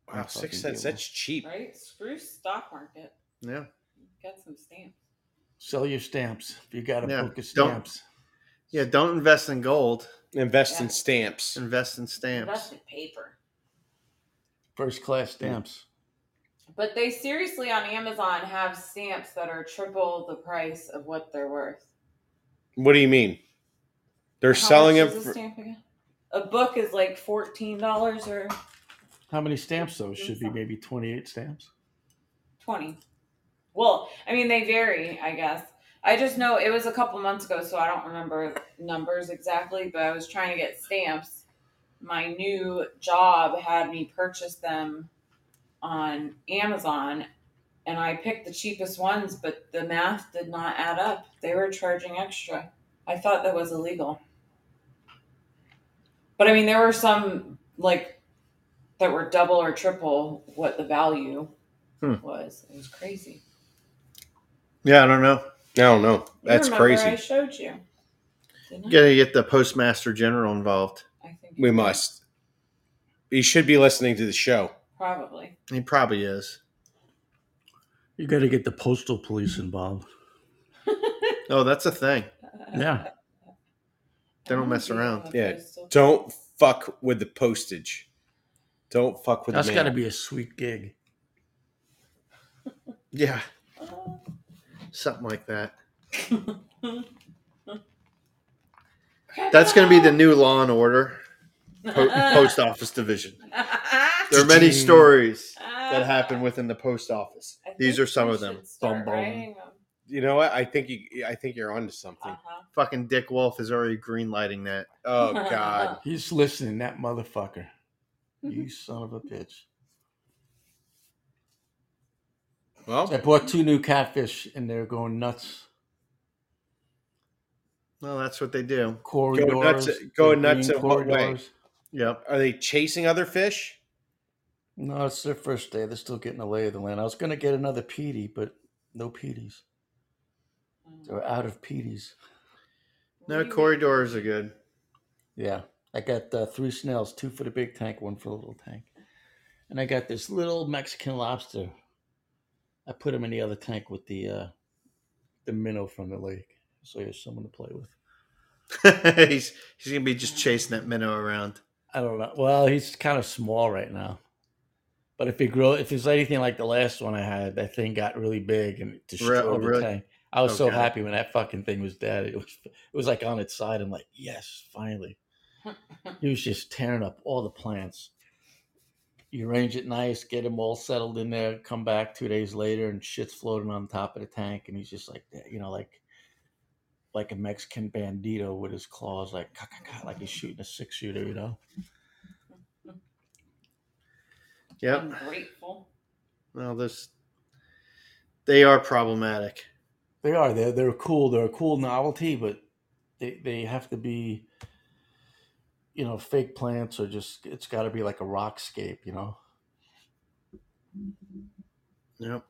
Wow,
Fucking
six cents.
deal.
That's cheap.
right? Screw stock market.
Yeah.
Get some stamps.
Sell your stamps. If you got a
Yeah,
book of
don't-
stamps.
Yeah, don't invest in gold,
Invest in
Yeah.
stamps.
invest in stamps.
Investment paper.
First class stamps.
But they seriously on Amazon have stamps that are triple the price of what they're worth.
What do you mean? They're
How
selling
much
them.
is a
For,
stamp again? A book is like fourteen dollars or
How many stamps, though? Should be maybe 28 stamps.
twenty. Well, I mean they vary, I guess. I just know it was a couple months ago, so I don't remember numbers exactly. But I was trying to get stamps. My new job had me purchase them on Amazon, and I picked the cheapest ones, but the math did not add up. They were charging extra. I thought that was illegal. But I mean, there were some like that were double or triple what the value
Hmm.
was. It was crazy.
Yeah, I don't know.
I don't know.
You
That's
remember
crazy.
I showed you. Didn't I?
Gotta get the postmaster general involved.
I think
We must. He should be listening to the show.
probably.
He probably is.
You got to get the postal police involved.
Oh, that's a thing.
Yeah.
They don't mess around.
Yeah. Don't fuck with the postage. Don't fuck with
That's
the
got
mail.
to be a sweet gig.
Yeah, something like that. That's gonna be the new Law and Order po- post office division. There are many stories that happen within the post office. These are some of them. Bum, bum.
You know what? I think you. I think you're onto something.
Uh, Uh-huh.
Fucking Dick Wolf is already green lighting that.
Oh God.
He's listening, that motherfucker.
Mm-hmm.
You son of a bitch. I
Well,
bought two new catfish and they're going nuts.
Well, that's what they do.
Corridors.
nuts-
they're
going nuts
green
in what way?
Yep.
are they chasing other fish?
No, it's their first day. They're still getting the lay of the land. I was going to get another Petey, but no Petey's. They're out of Petey's.
No, corridors are good.
Yeah. I got uh, three snails, two for the big tank, one for the little tank. And I got this little Mexican lobster. I put him in the other tank with the uh, the minnow from the lake. So he has someone to play with.
he's he's gonna be just chasing that minnow around.
I don't know. Well, he's kind of small right now. But if he grow, if he's anything like the last one I had, that thing got really big and it destroyed
oh, really?
the tank. I was
Oh,
so
God.
happy when that fucking thing was dead. It was, it was like on its side. I'm like, yes, finally. he was just tearing up all the plants. You arrange it nice, get him all settled in there. Come back two days later, and shit's floating on top of the tank, and he's just like, that, you know, like, like a Mexican bandito with his claws, like, "Ka, ka, ka," like he's shooting a six shooter, you know.
Yep.
Ungrateful.
Well, this they are problematic.
They are. They're they're cool. They're a cool novelty, but they they have to be, you know, fake plants or just it's got to be like a rockscape, you know.
Yep.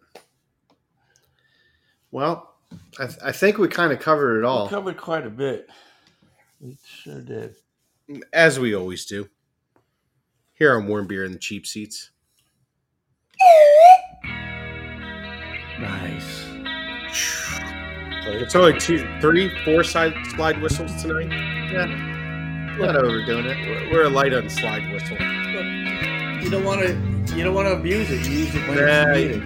Well, I, th- I think we kind of covered it
We
all
covered quite a bit. We sure did.
as we always do, here on Warm Beer and the Cheap Seats.
Nice.
It's only two, three, four side slide whistles tonight.
not overdoing it.
We're, we're light on slide whistle.
You don't want to. You don't want to abuse it. You use it when
Nah,
it's needed.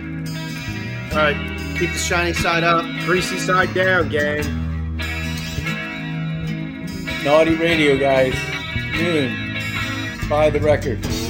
All right, keep the shiny side up.
Greasy side down, gang.
Naughty radio guys. Noon. Buy the record.